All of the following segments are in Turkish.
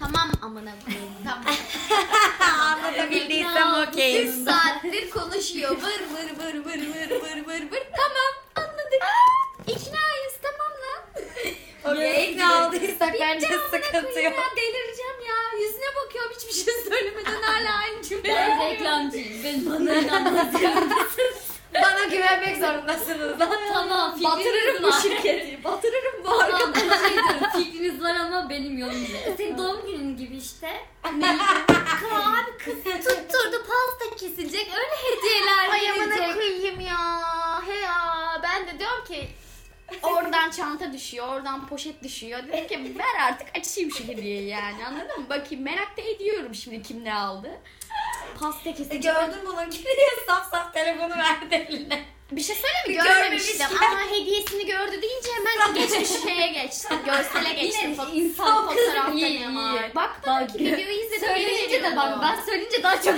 Tamam amına koyayım. Tamam. Anlatabildiysem Bir okeyiz. saattir konuşuyor. Vır vır vır vır vır vır vır vır. Tamam anladık. İknayız tamam lan. Okey ikna olduysak bence Bitti amına sıkıntı koyayım yok. Ya, delireceğim ya. Yüzüne bakıyorum hiçbir şey söylemeden hala aynı cümle. Ben yapıyor. reklamcıyım. Ben bana inanmazsın. Bana güvenmek zorundasınız lan. tamam Batırırım fikriniz bu var. şirketi. Batırırım bu arada. Tamam ben şey diyorum, fikriniz var ama benim yolum değil. Senin doğum günün gibi işte. Abi kız tutturdu pasta kesilecek. Öyle hediyeler Ay, amına koyayım ya. He ya. Ben de diyorum ki oradan çanta düşüyor, oradan poşet düşüyor. Dedim ki ver artık açayım şu hediyeyi yani anladın mı? Bakayım merak da ediyorum şimdi kim ne aldı. Pasta E, kesilecek. Gördün bunun diye saf saf telefonu verdi eline. Bir şey söyleyeyim mi? Görmemiş Görmemiştim ya. ama hediyesini gördü deyince hemen geçmiş şeye geçtim. Görsele geçtim. Foto- insan kız fotoğrafta iyi, ne var? iyi. Bakmadım ki Bak. videoyu izledim. Söyleyince de bak ben söyleyince daha çok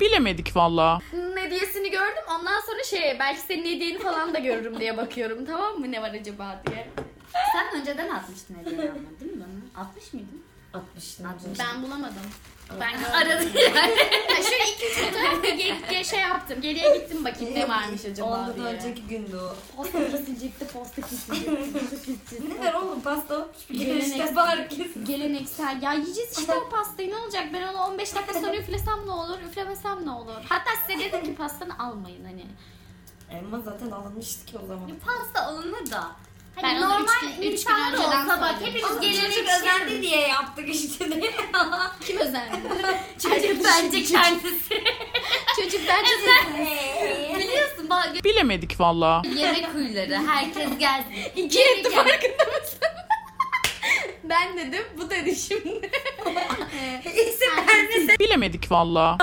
Bilemedik valla. hediyesini gördüm. Ondan sonra şey belki senin hediyeni falan da görürüm diye bakıyorum. Tamam mı ne var acaba diye. Sen önceden atmıştın hediyeyi ama değil mi bana? Atmış mıydın? 60 Ben bulamadım. Ben Aradı Ha, şöyle iki üç fotoğraf ge- ge- şey yaptım. Geriye gittim bakayım ne varmış acaba Ondan diye. önceki gündü o. Posta kesilecekti, posta kesilecekti, posta kesilecekti. Ne var oğlum pasta olmuş bir kere Gelenek. işte bari kesin. Geleneksel. Ya yiyeceğiz işte o pastayı ne olacak? Ben onu 15 dakika sonra üflesem ne olur, üflemesem ne olur? Hatta size dedim ki pastanı almayın hani. Elma zaten alınmıştı ki o zaman. Pasta alınır da. Hani Ben onu üç normal gün- üç gün insanlar önceden olsa bak söyledim. hepimiz Oğlum çocuk gelenek özendi diye yaptık işte diye. Kim özendi? Çocuk bence kendisi. Çocuk bence Ee. Biliyorsun bak Bilemedik valla. yemek huyları. Herkes gelsin. İki Yemek etti yer. farkında mısın? ben dedim, bu dedi şimdi. İsim vermesin. Bilemedik valla.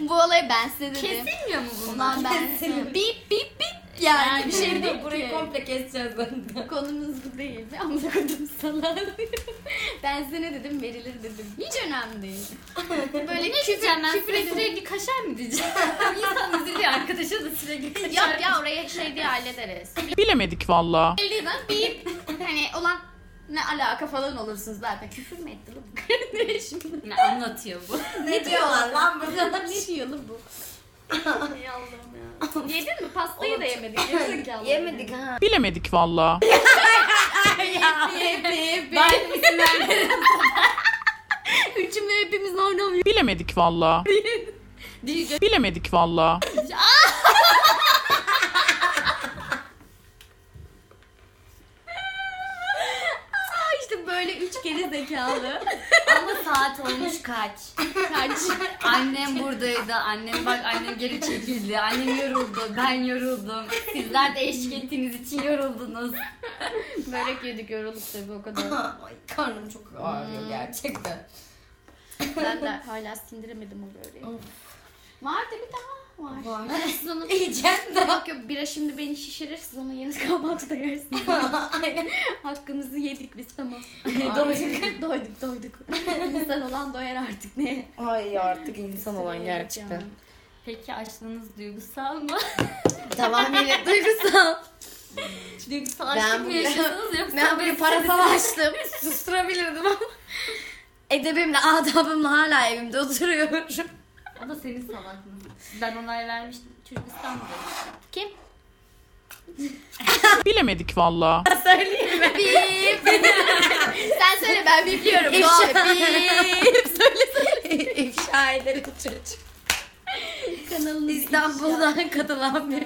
bu olayı ben size dedim. Kesilmiyor mu bunlar? Ulan ben Kesin. bip bip bip yani, Yani bir şey değil Burayı ki. komple keseceğiz zaten. Konumuz bu değil. Amına koydum salak. ben size ne dedim verilir dedim. Hiç önemli değil. Böyle Ne küfür, diyeceğim ben? küfür Küfür edip sürekli kaşar mı diyeceğim? İnsan üzülüyor arkadaşa da sürekli kaşar. Yok ya oraya şey diye hallederiz. Bilemedik valla. Belli lan bip. Hani olan ne alaka falan olursunuz zaten. Küfür mü etti lan? ne şimdi? Ne anlatıyor bu? ne diyorlar lan bu? ne diyor lan bu? Ey Allah'ım ya. Yedin mi? Pastayı da yemedik. Gerizekalı. Yemedik ha. Bilemedik valla. Yemedik. Ben isim vermedim. Üçümüz hepimiz oynamıyor. Bilemedik valla. Bilemedik valla. Aa, İşte böyle üç geri zekalı. Ama saat olmuş kaç? Kardeşim. Annem buradaydı. Annem bak annem geri çekildi. Annem yoruldu. Ben yoruldum. Sizler de eşlik ettiğiniz için yoruldunuz. Börek yedik yorulduk tabii o kadar. Ay karnım çok ağrıyor gerçekten. Ben de hala sindiremedim o böreği. Of. Vardı bir daha var. Var. Siz onu... Yiyeceğim de. Yok yok bira şimdi beni şişirir siz onu yeni kahvaltıda yersiniz. Aynen. Hakkımızı yedik biz tamam. Doyacak. doyduk doyduk. İnsan olan doyar artık ne? Ay artık insan olan Evet gerçekten. ya. Peki açlığınız duygusal mı? Tamamıyla duygusal. duygusal Ben açlık mı bu- yaşadınız yoksa? Ben böyle parasal açtım. Susturabilirdim ama. Edebimle, adabımla hala evimde oturuyorum. O da senin salaklığın. Ben onay vermiştim. Çocuk İstanbul'da. Kim? Bilemedik valla. Söyleyeyim mi? Bip. Sen söyle ben bipliyorum. İfşa. Bip. İfşa ederim çocuk. Kanalımız İstanbul'dan katılan bir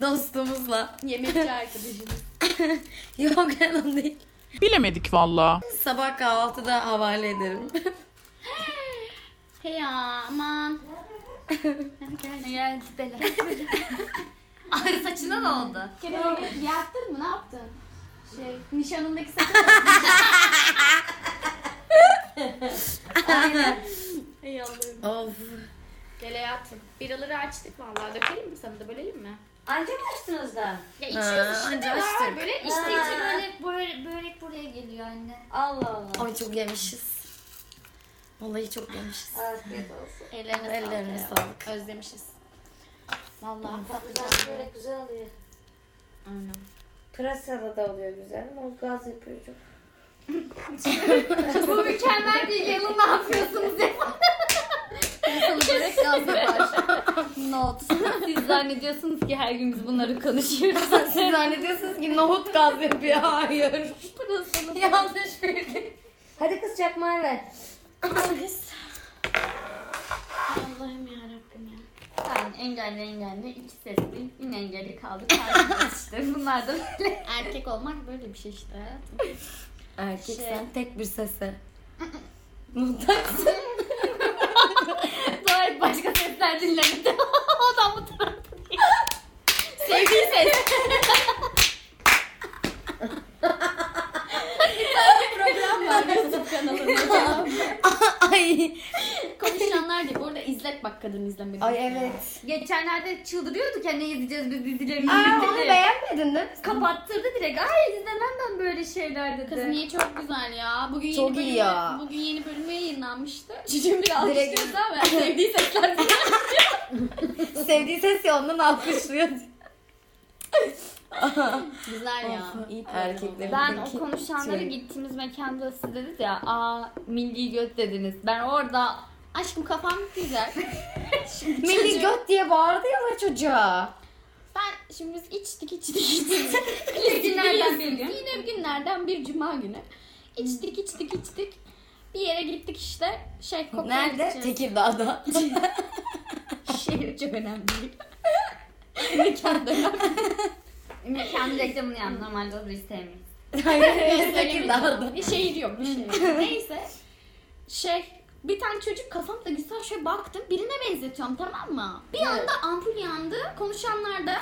dostumuzla. Yemekçi arkadaşımız. Yok canım değil. Bilemedik valla. Sabah kahvaltıda havale ederim. Hey ya aman. Hayal bela. Ay saçına ne oldu? Yaptın mı ne yaptın? Şey nişanındaki sen. Ey Allah'ım. of. Gel hayatım. Biraları açtık vallahi. Dökelim mi sana da bölelim mi? Anca mı açtınız da? Ya Ha, içiyoruz işte anca ne var açtık. böyle işte İşte içi böyle. içi böyle börek, börek buraya geliyor anne. Allah Allah. Ay çok yemişiz. Vallahi çok yemişiz. Afiyet olsun. Ellerine, Ellerine ya. sağlık. Özlemişiz. Vallahi Patlıcan börek güzel oluyor. Aynen. Pırasada da oluyor güzelim. O gaz yapıyor çok. Bu mükemmel bir yılın ne yapıyorsunuz ya? İnsanı gerek gaz yapar. Not. Siz zannediyorsunuz ki her gün biz bunları konuşuyoruz. Siz zannediyorsunuz ki nohut gaz yapıyor. Hayır. Yanlış bilgi. Hadi kız çakmağı ver. Allah'ım yarabbim ya. Ben engelli engelli iki sesli yine engelli kaldık. Kaldık işte bunlar da böyle. Erkek olmak böyle bir şey işte hayatım. Erkek sen tek bir sese. Dua et başka sesler dinlemedi. o da bu tarafta değil. Sevgili ses. Ay. Konuşanlar diye. Bu arada izlet bak kadın izlemedi. Ay evet. Geçenlerde çıldırıyorduk ya ne izleyeceğiz biz dizilerimizi. Aa, onu beğenmedin değil mi? Kapattırdı direkt. Ay izlemem ben böyle şeyler dedi. Kız niye çok güzel ya. Bugün Çok yeni iyi bölümü, ya. Bugün yeni bölümü yayınlanmıştı. Çocuğum bir Direkt- alkışlıyordu ama sevdiği sesler. Sevdiği ses ya ondan alkışlıyor. güzel ya. İyi Erkeklerin Ben o peki- konuşanları Şey- gittiğimiz mekanda siz dediniz ya aa milli göt dediniz. Ben orada Aşkım kafam güzel. Milli göt diye bağırdı ya lan çocuğa. Ben şimdi biz içtik içtik içtik. Yine günlerden bir gün. Yine günlerden bir cuma günü. İçtik içtik içtik. Bir yere gittik işte. Şey kokoreç Nerede? yiyeceğiz. Tekirdağ'da. şehir çok önemli değil. Mekan reklamını yap. Normalde o hiç sevmeyiz. Hayır, Tekirdağ'da. Tekirdağ'da. Bir şehir yok bir şehir. Neyse. Şey bir tane çocuk kafamda güzel şöyle baktım. Birine benzetiyorum tamam mı? Bir anda ampul yandı. Konuşanlar da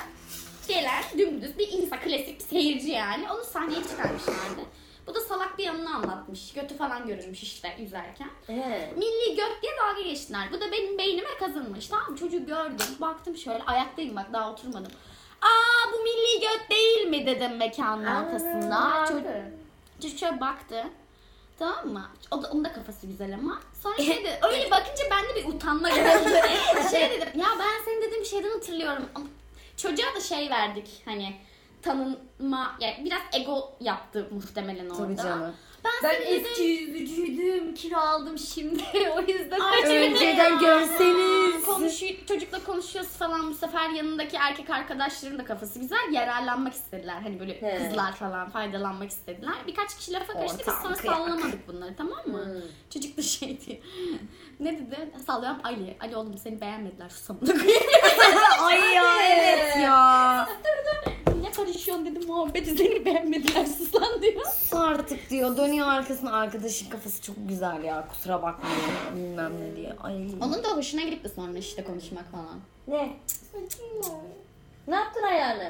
şeyler dümdüz bir insan klasik bir seyirci yani. Onu sahneye çıkarmışlardı. Bu da salak bir yanını anlatmış. Götü falan görünmüş işte yüzerken. He. Milli gök diye dalga geçtiler. Bu da benim beynime kazınmış. Tamam mı? çocuğu gördüm. Baktım şöyle ayaktayım bak daha oturmadım. Aa bu milli gök değil mi dedim mekanın arkasında. Çocuk- Çocuk şöyle baktı. Tamam mı? O da, onun da kafası güzel ama. Sonra şey dedi, öyle bakınca bende bir utanma geldi. şey dedim, ya ben senin dediğim şeyden hatırlıyorum. Ama Çocuğa da şey verdik hani tanınma, yani biraz ego yaptı muhtemelen orada. Tabii canım. Ben, Ben senin eski yüzücüydüm, kilo aldım şimdi. o yüzden Ay, Önceden görseniz. Konuşu, çocukla konuşuyoruz falan bu sefer yanındaki erkek arkadaşların da kafası güzel yararlanmak istediler. Hani böyle He. kızlar falan faydalanmak istediler. Birkaç kişi lafa karıştı biz Ortam sonra kıyak. sallamadık bunları tamam mı? Çocuk da şey diyor. ne dedi? Sallıyorum Ali. Ali oğlum seni beğenmediler susamına koyayım. Ay ya evet ya. ne karışıyorsun dedi muhabbeti seni beğenmediler sus lan diyor. Sus artık diyor. Dönüyor arkasına arkadaşın kafası çok güzel ya. Kusura bakmayın bilmem ne diye. Ay. Onun da hoşuna gidip de sonra işte konuşmak falan. Ne? Ne yaptın ayağını? Ne,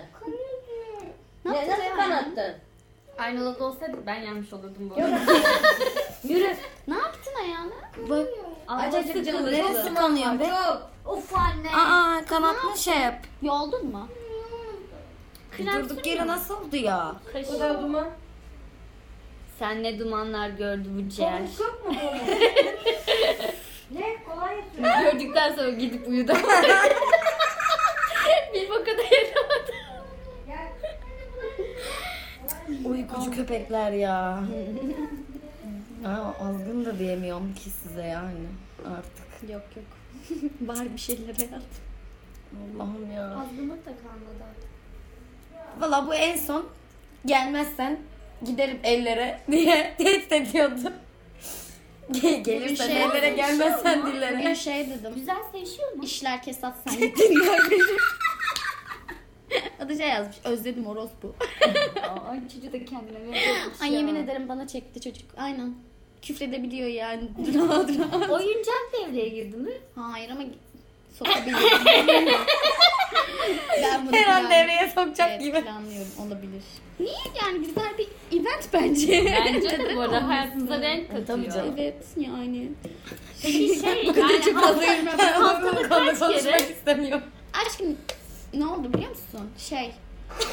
yaptın nasıl ayağını? kanattın? Aynı odada olsaydık ben yanlış olurdum bu Yok. arada. Yürü. Ne yaptın ayağına? Bak. Acıcık Neresi kanıyor be? Of anne. Aa kanatlı şey yap. Yoldun mu? Durduk yere nasıl oldu ya? Bu da duman. Sen ne dumanlar gördü bu ciğer. Çok mu duman? ne? Kolay yapıyor. Gördükten sonra gidip uyudu. Bir boka dayanamadı. Uykucu köpekler ya. Aa, azgın da diyemiyorum ki size yani artık. Yok yok. Var bir şeyler hayatım. Allah'ım ya. Azgınlık da kalmadı. Valla bu en son gelmezsen giderim ellere diye tehdit ediyordu. Ge- Gelirsen şey ellere gelmezsen dillere. Bugün şey dedim. Güzel sevişiyor mu? İşler kesat sen. Adı şey yazmış. Özledim orospu. Ay çocuğu da kendine böyle yapmış Ay ya. yemin ederim bana çekti çocuk. Aynen. Küfredebiliyor yani. Dura dura. Oyuncak devreye girdi mi? Hayır ama sokabilirim. ben bunu Her an plan- devreye sokacak evet, gibi. planlıyorum. Olabilir. Niye yani güzel bir event bence. Bence de bu arada hayatınıza renk katıyor. Tabii canım. evet yani. Peki şey Yani yani Çıkmalıyım ben. Haftalık kaç kere? konuşmak istemiyorum. Aşkım ne oldu biliyor musun? Şey.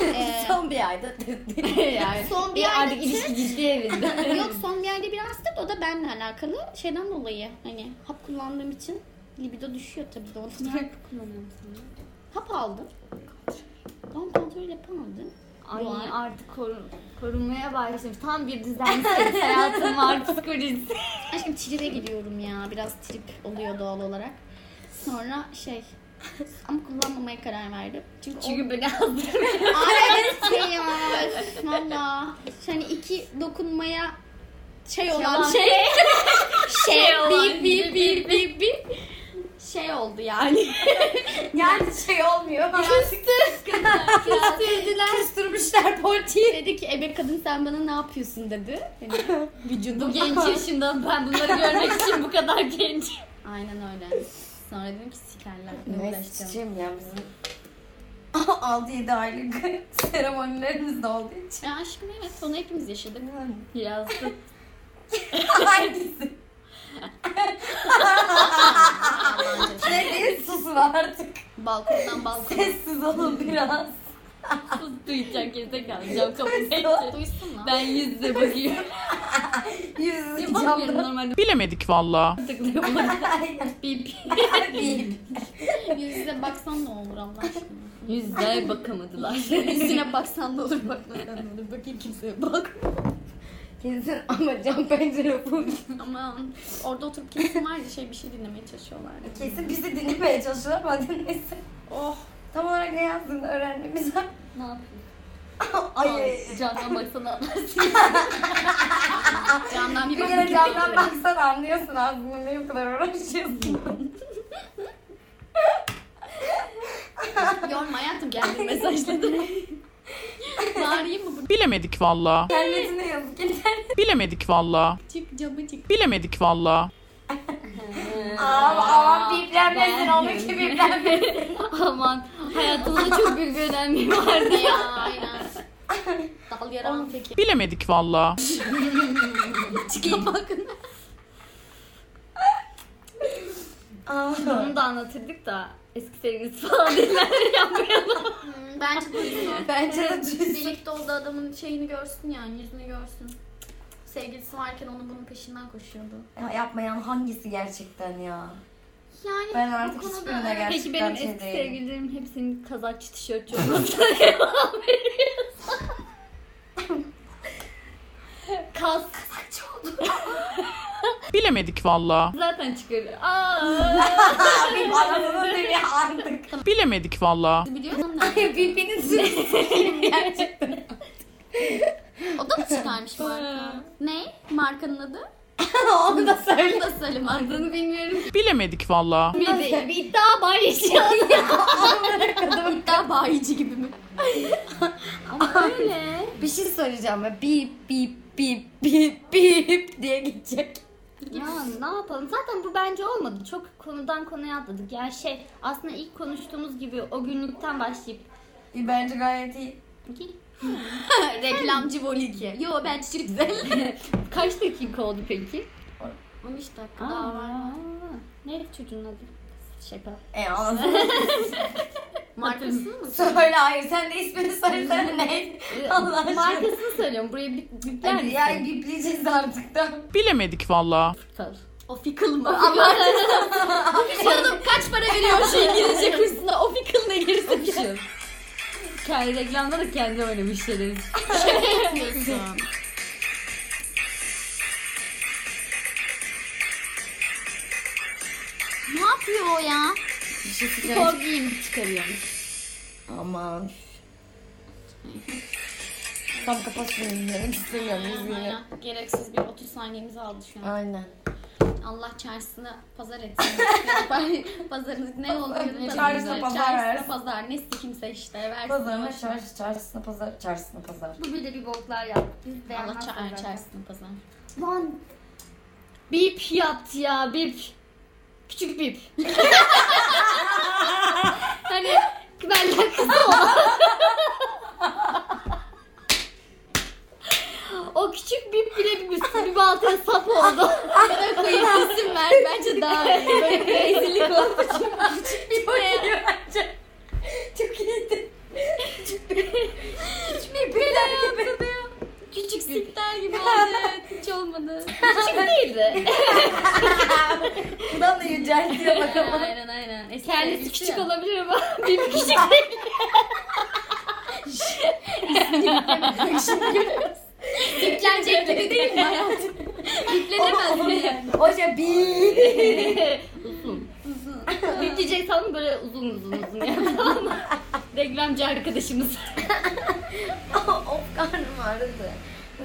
eee, Son bir ayda. yani. son bir Bir ay artık ilişki ciddi evinde. Yok son bir ayda biraz da o da benimle alakalı şeyden dolayı hani hap kullandığım için libido düşüyor tabii doğal olarak. kullanıyorum sana. Hap aldım. Doğum kontrolü hap aldım. Ay artık korun, korunmaya başlamış. Tam bir düzensiz hayatım var psikolojisi. Aşkım tribe gidiyorum ya. Biraz trip oluyor doğal olarak. Sonra şey ama kullanmamaya karar verdim. Çünkü, Çünkü böyle hazır. o... Ay evet şey var. Valla. Hani iki dokunmaya şey olan Yalan. şey. şey, Şey olan, Bip bip bip bip bip. Şey oldu yani. Yani şey olmuyor. Küstürdüler. Küstürmüşler portiyi. Dedi ki ebe kadın sen bana ne yapıyorsun dedi. Hani, Bu genç yaşında ben bunları görmek için bu kadar genç. Aynen öyle. Sonra dedim ki sikerler. Ne Ne uğraşacağım. sıçayım ya bizim 6-7 aylık seremonilerimiz de olduğu için. Ya aşkım evet onu hepimiz yaşadık. Biraz da Hangisi? ne diye susun artık. Balkondan balkona. Sessiz olun biraz. sus duyacak geride kalacağım Ses- kapıda. Duysun lan. Ben yüzde bakıyorum. Yüzünü Bakıyorum camdan. normalde Bilemedik valla. tıklıyorum. Aynen. Bip. Bil. Yüzüne baksan ne olur Allah aşkına. Yüzde bakamadılar. Yüzüne baksan ne olur bakmasan ne olur. Bakayım kimseye bak. Kesin ama cam pencere bu. Aman orada oturup kesin var ya şey bir şey dinlemeye çalışıyorlardı. Kesin bizi dinlemeye çalışıyorlar ama neyse. Oh. Tam olarak ne yazdığını öğrenmemiz ne yapayım? Ay. Candan baksana. Camdan bir Bir bakın. kere camdan baksan anlıyorsun aslında ne bu kadar uğraşıyorsun. Yorma hayatım geldi mesajladı. Bağırayım mı burada? Bilemedik valla. Kendine yazık eder. Bilemedik valla. Çık camı çık. Bilemedik valla. Ama ama biplenmesin ben onunki biplenmesin. Aman hayatımda çok büyük bir önemi vardı. Ya aynen. Dal yaran teki. Bilemedik valla. Çıkayım. Bakın. Ah. Aa. Bunu da anlatırdık da eski sevgilisi falan dediler yapmayalım. Bence duysun. Bence de düz. Birlikte olduğu adamın şeyini görsün yani yüzünü görsün. Sevgilisi varken onun bunun peşinden koşuyordu. Ya yapmayan hangisi gerçekten ya? Yani Ben bu artık konuda hiçbirine evet. gerçekten Peki benim şey eski değilim. sevgililerimin hepsinin kazakçı tişörtçü olması Kas Bilemedik valla. zaten çıkıyor. Aa, Benim anamın deli artık. Bilemedik valla. Biliyorsun da. Birbirinin süresi. O da mı çıkarmış marka? ne? Markanın adı? Onu da Bu söyle. da Salim adı. adını bilmiyorum. Bilemedik valla. Bir, de, bir iddia var yaşayan. Daha bayici gibi mi? Öyle. Bir şey söyleyeceğim ve bip bip bip bip bip diye gidecek. Ya ne yapalım? Zaten bu bence olmadı. Çok konudan konuya atladık. Yani şey aslında ilk konuştuğumuz gibi o günlükten başlayıp Bence gayet iyi. Reklamcı Voliki. Yo ben çiçek güzel. kaç dakika oldu peki? 13 dakika daha var. Neydi çocuğun adı? Şaka. E anasını Markası mı? söyle hayır sen de ismini söylesene ne? Allah aşkına. Markasını söylüyorum. Buraya bir bipler Hadi misin? yani bipleyeceğiz artık da. Bilemedik valla. Kal. O fickle mı? Canım kaç para veriyor Şey şu İngilizce kursuna? O fickle ne girsin? Şu. Kendi reklamda da kendi oynamış dedim. ne yapıyor o ya? Bir şey söyleyeceğim. Spor giyim çıkarıyormuş. Aman. Tam kapat şunu izlemek istemiyorum izleyelim. Aynen. Gereksiz bir 30 saniyemizi aldı şu an. Aynen. Allah çarşısını pazar etsin. Pazarınız ne oluyor? ne Çarşısına güzel. pazar versin. Çarşısına pazar. Ne kimse işte versin. Pazarına çarşı, çarşısına pazar, çarşısına pazar. Bu böyle bir boklar yaptı. Biz Allah beğenmezsek ça- zaten. çarşısına pazar. Lan. Bip yaptı ya bip. Küçük bip. hani ben kısa o. o küçük bip bile bir bir baltaya sap oldu. Bana koyup isim ver. Bence daha iyi. Böyle bir rezillik olmuş. Küçük bir ne? Çok iyiydi. Küçük bir böyle yaptı diyor. Küçük sikler gibi oldu. Evet, Hiç olmadı. Küçük değildi. Buradan da yüceltiyor bakalım. aynen aynen. Eski Kendisi sevgilisi küçük ya. olabilir ama bip küçük değil. Yüklenecek gibi değil mi hayatım? Yüklenemez mi? Hoca bir. uzun. Uzun. Yükleyecek sandım böyle uzun uzun uzun ya. Tamam mı? Reklamcı arkadaşımız. of karnım ağrıdı.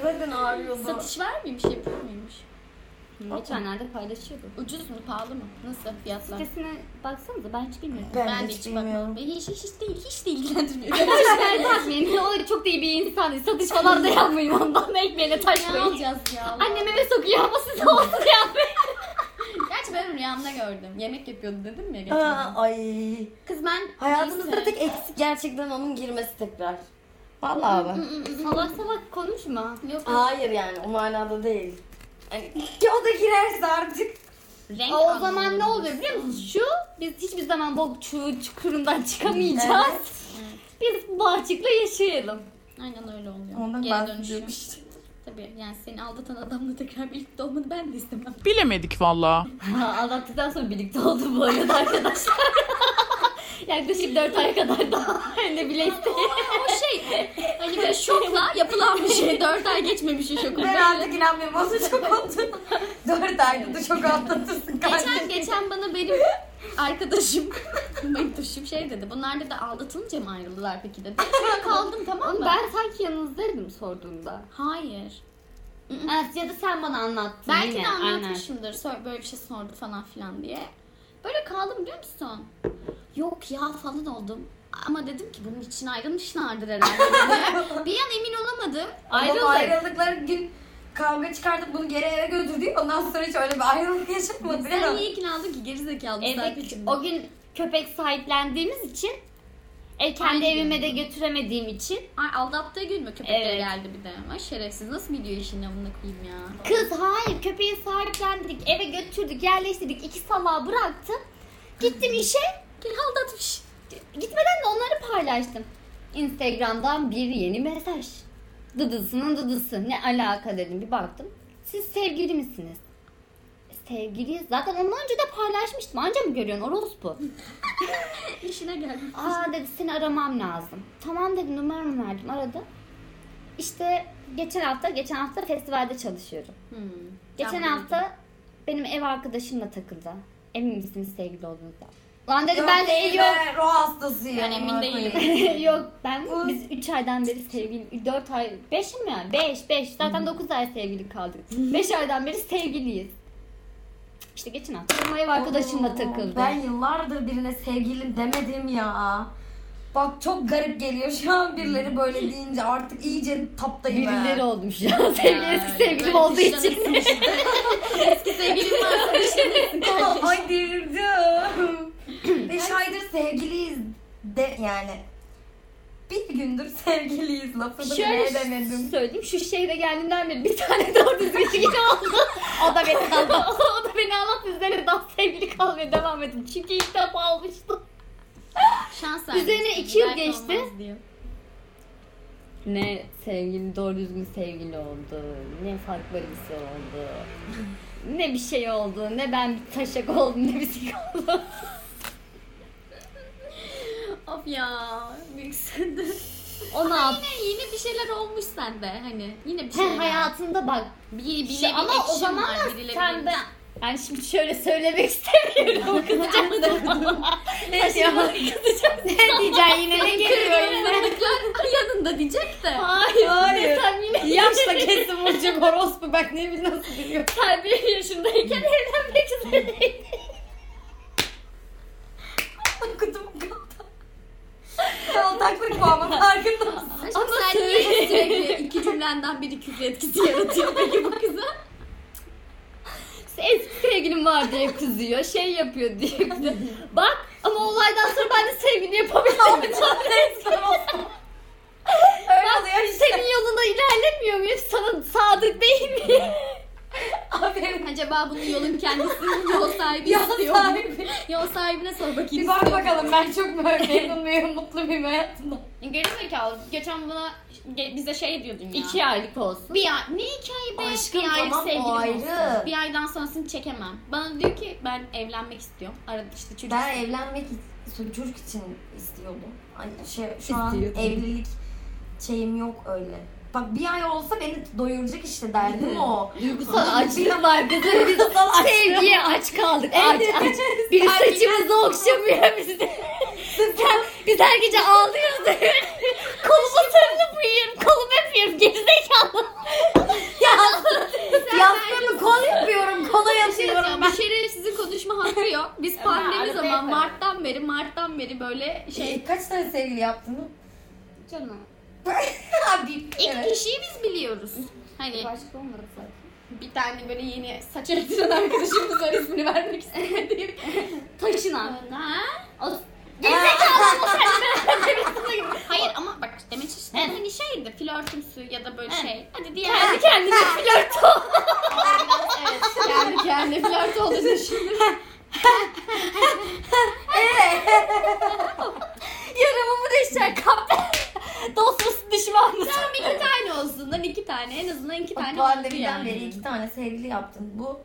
Zaten ağrıyordu. Satış var mıymış, yapıyor muymuş? Geçenlerde paylaşıyordum. Ucuz mu, pahalı mı? Nasıl fiyatlar? Sitesine baksanıza ben hiç bilmiyorum. Ben, de hiç bakmadım. Beni hiç, hiç, hiç değil, hiç de ilgilendirmiyor. Hiç ben bakmayın. O çok da iyi bir insan değil. Satış falan da yapmayın ondan. Ekmeğine taş ne koyun. alacağız ya? Annem eve sokuyor ama siz olsun ya. Gerçi ben onu rüyamda gördüm. Yemek yapıyordu dedim ya Aa, geçen. ay. Kız ben Hayatımızda tek eksik gerçekten onun girmesi tekrar. Vallahi bak. Salak salak konuşma. Yok. Hayır yani o manada değil. Hani, ki o da girerse artık. Renk O zaman ne oluyor biliyor musun? Şu biz hiçbir zaman bok çuğu çukurundan çıkamayacağız. Biz bu açıkla yaşayalım. Aynen öyle oluyor. Ondan Geri bahsediyorum dönüşüyor. Tabii yani seni aldatan adamla tekrar birlikte olmanı ben de istemem. Bilemedik valla. Ha, Aldattıktan sonra birlikte oldu bu arada arkadaşlar. Yaklaşık 4 ay kadar daha elde bile isteye. o şey hani böyle şokla yapılan bir şey. Dört ay geçmemiş o şoku. Ben artık inanmıyorum. O da çok oldu. Dört ayda da çok atlatırsın Geçen kardeşim. geçen bana benim arkadaşım, mentorşum şey dedi. Bunlar da aldatılınca mı ayrıldılar peki dedi. Sonra kaldım tamam mı? Ben sanki yanınızdaydım sorduğunda. Hayır. Evet, ya da sen bana anlattın. Belki yine, de aynen. anlatmışımdır. Sor- Böyle bir şey sordu falan filan diye. Böyle kaldım biliyor musun? Yok ya falan oldum. Ama dedim ki bunun için ayrılmışlardır herhalde. diye. bir an emin olamadım. Ayrıldık. Ayrıldık. ayrıldıkları gün kavga çıkartıp bunu geri eve götürdük. Ondan sonra hiç öyle bir ayrılık yaşamadı. Sen niye ikna oldun ki gerizekalı evet, Evet, saat içinde? o gün köpek sahiplendiğimiz için e, Aynı kendi evime de gün. götüremediğim için Ay aldattığı gün mü köpekler Evet. geldi bir de? Ay şerefsiz nasıl biliyor işini amına koyayım ya. Kız hayır köpeği sahiplendik eve götürdük yerleştirdik iki salağı bıraktım. Gittim işe Gel aldatmış. gitmeden de onları paylaştım. Instagram'dan bir yeni mesaj. Dıdısının dıdısı ne alaka dedim bir baktım. Siz sevgili misiniz? Sevgiliyiz. Zaten ondan önce de paylaşmıştım. Anca mı görüyorsun orospu? İşine geldi. Aa dedi seni aramam lazım. Tamam dedi numaramı verdim aradı. İşte geçen hafta geçen hafta festivalde çalışıyorum. Hmm. Geçen Tahmin hafta benim ev arkadaşımla takıldı. Emin misiniz sevgili olduğunuzda? Lan dedi Yok, ben de değil yok. be, Ruh hastasıyım. Ben emin değilim. yok ben biz 3 aydan beri sevgili 4 ay 5 mi ya? 5 5 zaten 9 ay sevgili kaldık. 5 aydan beri sevgiliyiz. İşte geçen hafta benim ev arkadaşımla Oo, takıldı. Ben yıllardır birine sevgilim demedim ya. Bak çok garip geliyor şu an birileri böyle deyince artık iyice taptayım ha. Birileri olmuş ya. Sevgili eski sevgilim olduğu için. eski sevgilim varsa dışlanırsın. Ay delirdim. Beş aydır sevgiliyiz de yani. Bir gündür sevgiliyiz lafını bile Şöyle edemedim. söyleyeyim şu şehre geldiğimden beri bir tane doğru düzgün ilişki oldu. o da beni aldattı. o da beni aldattı. Üzerine daha sevgili kalmaya devam ettim. Çünkü ilk defa almıştım. Şans Üzerine vermiş. iki yıl Belki geçti. olmaz diye. Ne sevgili doğru düzgün sevgili oldu. Ne farklı birisi oldu. ne bir şey oldu. Ne ben bir taşak oldum ne bir şey sik oldum. Of ya. Büyük sende. O ne yaptı? Yine, yine bir şeyler olmuş sende hani. Yine bir Sen şeyler. hayatında bak Bir, bir, Şey, bir, ama o zaman var, da biriyle sen bir- ben... Ben şimdi şöyle söylemek istemiyorum. Kızacağım da Ne diyeceğim? Ne diyeceğim yine? Ne geliyor yine? Kırgınlıklar yanında diyecek de. Hayır. Hayır. Sen yine Yaşla kesin vuracak orospu bak ne bileyim nasıl duruyor. sen bir yaşındayken evlenmek üzereydin. Kutum kaldı. Kaltaklık bu ama farkında mısın? Ama sen niye sürekli iki cümlenden biri küfür etkisi yaratıyor peki bu kıza? Eski sevgilim var diye kızıyor. Şey yapıyor diye kızıyor. Bak ama olaydan sonra ben de sevgili yapamıyorum. Öyle oluyor işte. Senin yolunda ilerlemiyor muyum? Sana sadık değil miyim? Aferin. Acaba bunun yolun kendisi mi? Yol sahibi Ya istiyor mu? sahibi. Yol sahibine sor bakayım. Bir bak bakalım ben çok mu memnun muyum, mutlu muyum hayatımda? Gerizekalı. Geçen buna ge- bize şey diyordun ya. İki aylık olsun. Bir ay. Ne iki ayı be? Aşkım, bir aylık tamam, o sevgilim ayrı. olsun. Bir aydan sonrasını çekemem. Bana diyor ki ben evlenmek istiyorum. Arada işte çocuk. Ben evlenmek için, çocuk için istiyordum. Ay, şey, şu an İstiyordum. evlilik şeyim yok öyle. Bak bir ay olsa beni doyuracak işte derdim o. Duygusal açlığı var bizim. Biz sevgiye aç kaldık. Aç aç. Biri saçımızı okşamıyor bizi. Sen, biz her gece ağlıyoruz. Koluma sarılıp uyuyorum. Kolumu öpüyorum. Gerizekalı. Yastığımı kol yapıyorum, şey kola yapıyorum. Bir şerefsizin konuşma hakkı yok. Biz pandemi zaman Mart'tan beri Mart'tan beri böyle şey Şey, kaç tane sevgili yaptın? canım. Abi, İlk evet. kişiyi biz biliyoruz. Hani Başka olmadı zaten. bir tane böyle yeni saç ektiren arkadaşımız var ismini vermek istemediğim. Taşınan. Ha? Hayır ama bak demek istedim hani şeydi flörtümsü ya da böyle şey. Hadi diğer kendi kendine flört oldu. evet kendi kendine flört oldu düşündüm. Yaramımı deşer kahve. Dostlusun düşmanlısı. Tamam iki tane olsun lan iki tane en azından iki Bak, tane bu oldu halde birden yani. beri iki tane sevgili yaptın. Bu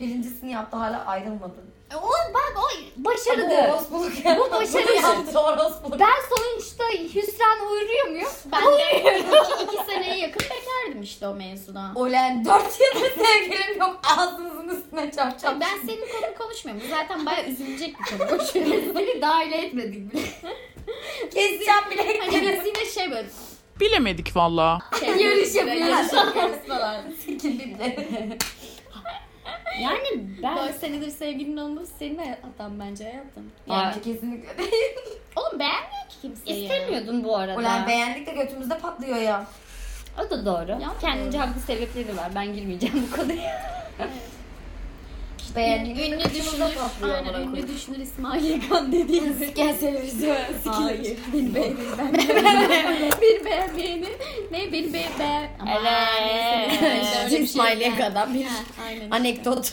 birincisini yaptı hala ayrılmadın. O E, bak o Bu başarılı. orospuluk ya. Bu başarılı. Bu yaptı orospuluk. Ben sonuçta hüsran uyuruyor muyum? Ben de iki, iki seneye yakın bekardım işte o mevzuda. Olen dört yıldır sevgilim yok ağzınızın üstüne çarp çarp. Ben senin konunu konuşmuyorum. Bu zaten bayağı üzülecek bir konu. Seni dahil etmedik bile. Keseceğim bile. Hani biz yine şey böyle Bilemedik valla. şey, Yarış yapıyoruz. Yarış yapıyoruz falan. Sikildim Yani ben Dört senedir sevgilin olması senin hatan bence hayatım. Yani kesinlikle değil. Oğlum beğenmiyor ki kimse ya. istemiyordum bu arada. Ulan beğendik de götümüzde patlıyor ya. O da doğru. Ya. Kendince haklı sebepleri var. Ben girmeyeceğim bu konuya. Beğendik. Ee, Ünlü Götümüzde düşünür. patlıyor Aynen amına ünlü koyayım. düşünür İsmail Yakan dediğimiz. Gel televizyon. Hayır. Beni beğenmeyen. Beni beğenmeyeni. Ne beni beğen... beğen- Aman, neyse, neyse, öyle bir şey yok. kadar bir Ha, Aynen. anekdot.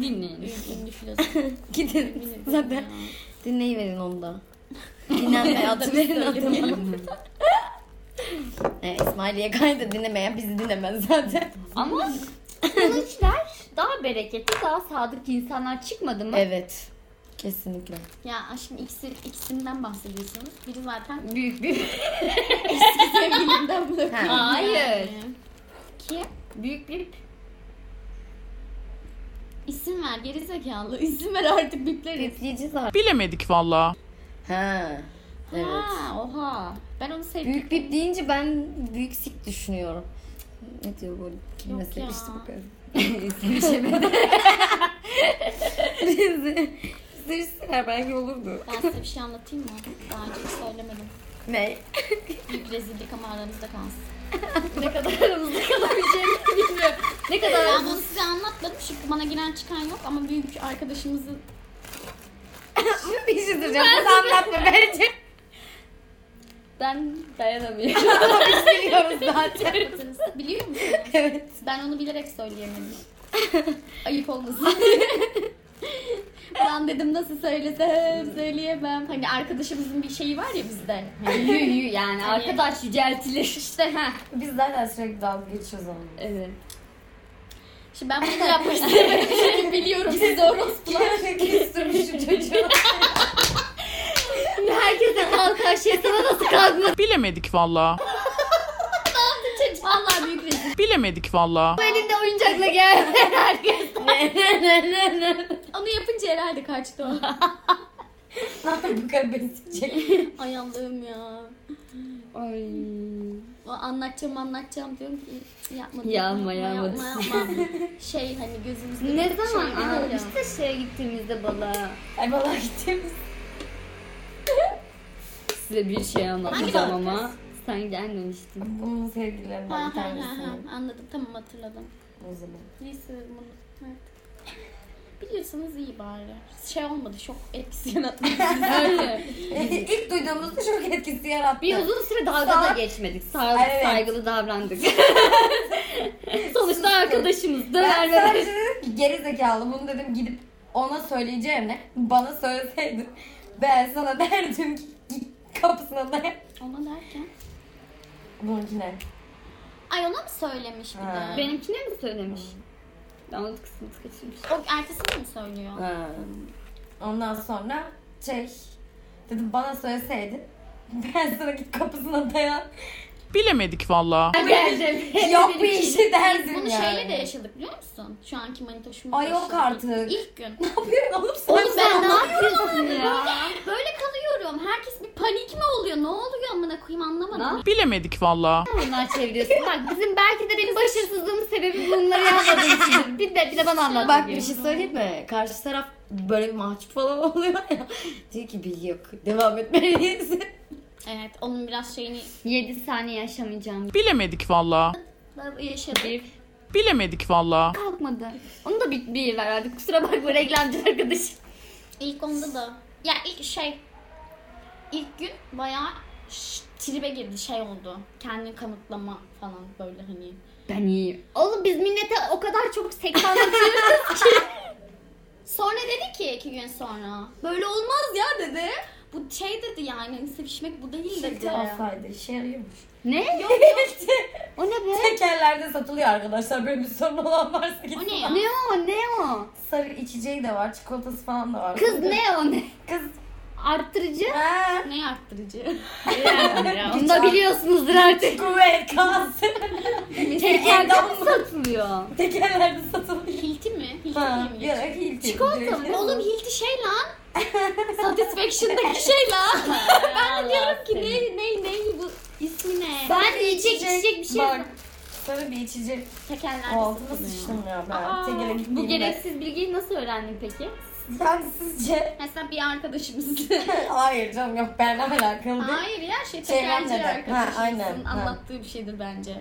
Dinleyin. Ün- Ünlü filozof. Gidin zaten. Dinleyiverin onu da. Dinlenmeye atı verin adamı. Evet, İsmail'e kaydı dinlemeyen bizi dinlemez zaten. Ama sonuçlar daha bereketli, daha sadık insanlar çıkmadı mı? Evet. Kesinlikle. Ya şimdi ikisi, ikisinden bahsediyorsunuz. Biri zaten Büyük bir sevgilimden bırakıyor. Ha. Hayır. Yani. Ki büyük bir İsim ver gerizekalı. İsim ver artık bipleriz. pipleyeceğiz artık. Bilemedik valla. Ha. Evet. Ha, oha. Ben onu sevdim. Büyük bip deyince ben büyük sik düşünüyorum. Ne diyor bu kelimesi ya. işte bu kadar. Sevişemedi. Bizi sevişseler belki olurdu. Ben size bir şey anlatayım mı? Daha önce hiç söylemedim. Ne? Büyük rezillik ama aramızda kalsın. Ne kadar aramızda kalabileceğini bilmiyorum. Ne kadar Ben bunu size anlatmadım. Şu bana giren çıkan yok ama büyük arkadaşımızın Bir şey söyleyeceğim. Bunu anlatma bence. Ben dayanamıyorum. Biliyoruz zaten. biliyor musunuz? Evet. Ben onu bilerek söyleyemedim. Ayıp olmasın. ben dedim nasıl söylesem söyleyemem. Hani arkadaşımızın bir şeyi var ya bizde. Hani Hani Yü yü yani arkadaş yüceltilir. İşte ha. Biz zaten sürekli dalga geçiyoruz onunla. Evet. Şimdi ben bunu yapmak istemedim. Çünkü biliyorum siz de orospular. Kestirmişim çocuğu. Herkese kalkar şey sana nasıl kalkmaz? Bilemedik valla. Vallahi büyük rezil. Bilemedik valla. Elinde oyuncakla gel. Onu yapınca herhalde kaçtı o. Bu kadar beni sikecek. Ay Allah'ım ya. Ay. O anlatacağım anlatacağım diyorum ki yapmadım. yapma. Yapma, yapma. yapma. şey hani gözümüzde. Ne zaman şey Aa, oluyor. biz de şeye gittiğimizde balığa. Ay valla gittiğimiz. Size bir şey anlatacağım ama sen gelmemiştin. Bunun sevgililerinden Ha, bir ha, ha, tanesi. ha. Anladım tamam hatırladım. O zaman. Neyse bunu evet. Biliyorsanız iyi bari. Şey olmadı şok etkisi yarattı. İlk duyduğumuzda şok etkisi yarattı. Bir uzun süre dalga da Sağ- geçmedik. Sağ, Evet. Saygılı davrandık. Sonuçta arkadaşımız Ben döver sana verir. dedim ki geri zekalı bunu dedim gidip ona söyleyeceğine bana söyleseydin ben sana derdim ki git kapısına dayan. Ona derken. Bununkine. Ay ona mı söylemiş bir Ha. de? Benimkine mi söylemiş? Ben o kısmını kaçırmış. O ertesini mi söylüyor? Ha. Ondan sonra şey dedim bana söyleseydin ben sana git kapısına dayan Bilemedik valla. Yok bir şey. işi derdim Bunu yani. şeyle de yaşadık biliyor musun? Şu anki manita şu Ay yok artık. İlk gün. Oğlum sen- Oğlum ben ne yapıyorum Böyle, böyle kalıyorum. Herkes bir panik mi oluyor? Ne oluyor amına koyayım anlamadım. Bilemedik valla. Bunlar çeviriyorsun. Bak bizim belki de benim başarısızlığımın sebebi bunları yapmadığım için. Bir de, bir de bana anlat. Bak bir şey söyleyeyim mi? Karşı taraf böyle bir mahcup falan oluyor ya. Diyor ki bilgi yok. Devam etmeliyiz. Evet onun biraz şeyini 7 saniye yaşamayacağım. Bilemedik valla. yaşadık. Bilemedik valla. Kalkmadı. Onu da bir, bir ver hadi. Kusura bakma reklamcı arkadaşım. İlk onda da. Ya ilk şey. ilk gün bayağı ş- tribe girdi şey oldu. Kendini kanıtlama falan böyle hani. Ben iyiyim. Oğlum biz millete o kadar çok seks Sonra dedi ki iki gün sonra. Böyle olmaz ya dedi. Bu şey dedi yani hani sevişmek bu değil dedi. Şirketi alsaydı işe yarıyormuş. Ne? Yok yok O ne be? Tekerlerde satılıyor arkadaşlar. Böyle bir sorun olan varsa o gitsin. ne ya? Ne o? Ne o? Sarı içeceği de var. Çikolatası falan da var. Kız ne o ne? Kız. Arttırıcı. Ha. Ne arttırıcı? Onu da biliyorsunuzdur artık. Kuvvet kalsın. Tekerden satılıyor. Tekerlerde satılıyor. Hilti mi? Hilti Ha, miyim? bir akı ilti. Çikolata mı? Oğlum hilti şey lan. Satisfaction'daki şey lan. ben de diyorum ki ne ne ne bu ismi ne? Ben yiyecek içecek bir şey Bak. Sarı bir içecek Tekerlerde oldu. Nasıl satılıyor. sıçtım ya ben? Aa, Tekere gittiğimde. bu gereksiz bilgiyi nasıl öğrendin peki? Yani sizce? Mesela bir arkadaşımız. Hayır canım yok benimle alakalı değil. Hayır ya şey Şey, ben tekerci de- arkadaşımızın Ha, aynen, ha. anlattığı bir şeydir bence.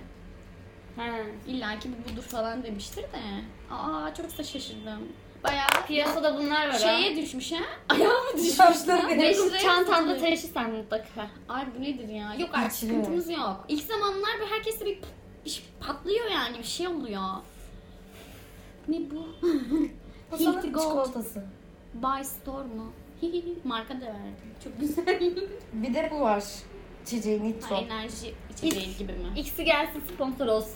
Ha. İlla ki bu budur falan demiştir de. Aa çok da şaşırdım. Bayağı Piyasada bunlar var şeye düşmüş ha. Ayağı mı düşmüş? Saçları benim. Beş liraya Çantanda satılıyor. taşırsan mutlaka. Ay bu nedir ya? Yok artık Kaçırıyor. sıkıntımız yok. İlk zamanlar bir herkese bir, bir şey patlıyor yani bir şey oluyor. Ne bu? Bu sana Hilti Gold. çikolatası. By Store mu? Hihihi, Marka da verdim. Çok güzel. Bir de bu var. Çiçeğin ilk Ha, son. enerji içeceği gibi mi? X'i gelsin sponsor olsun.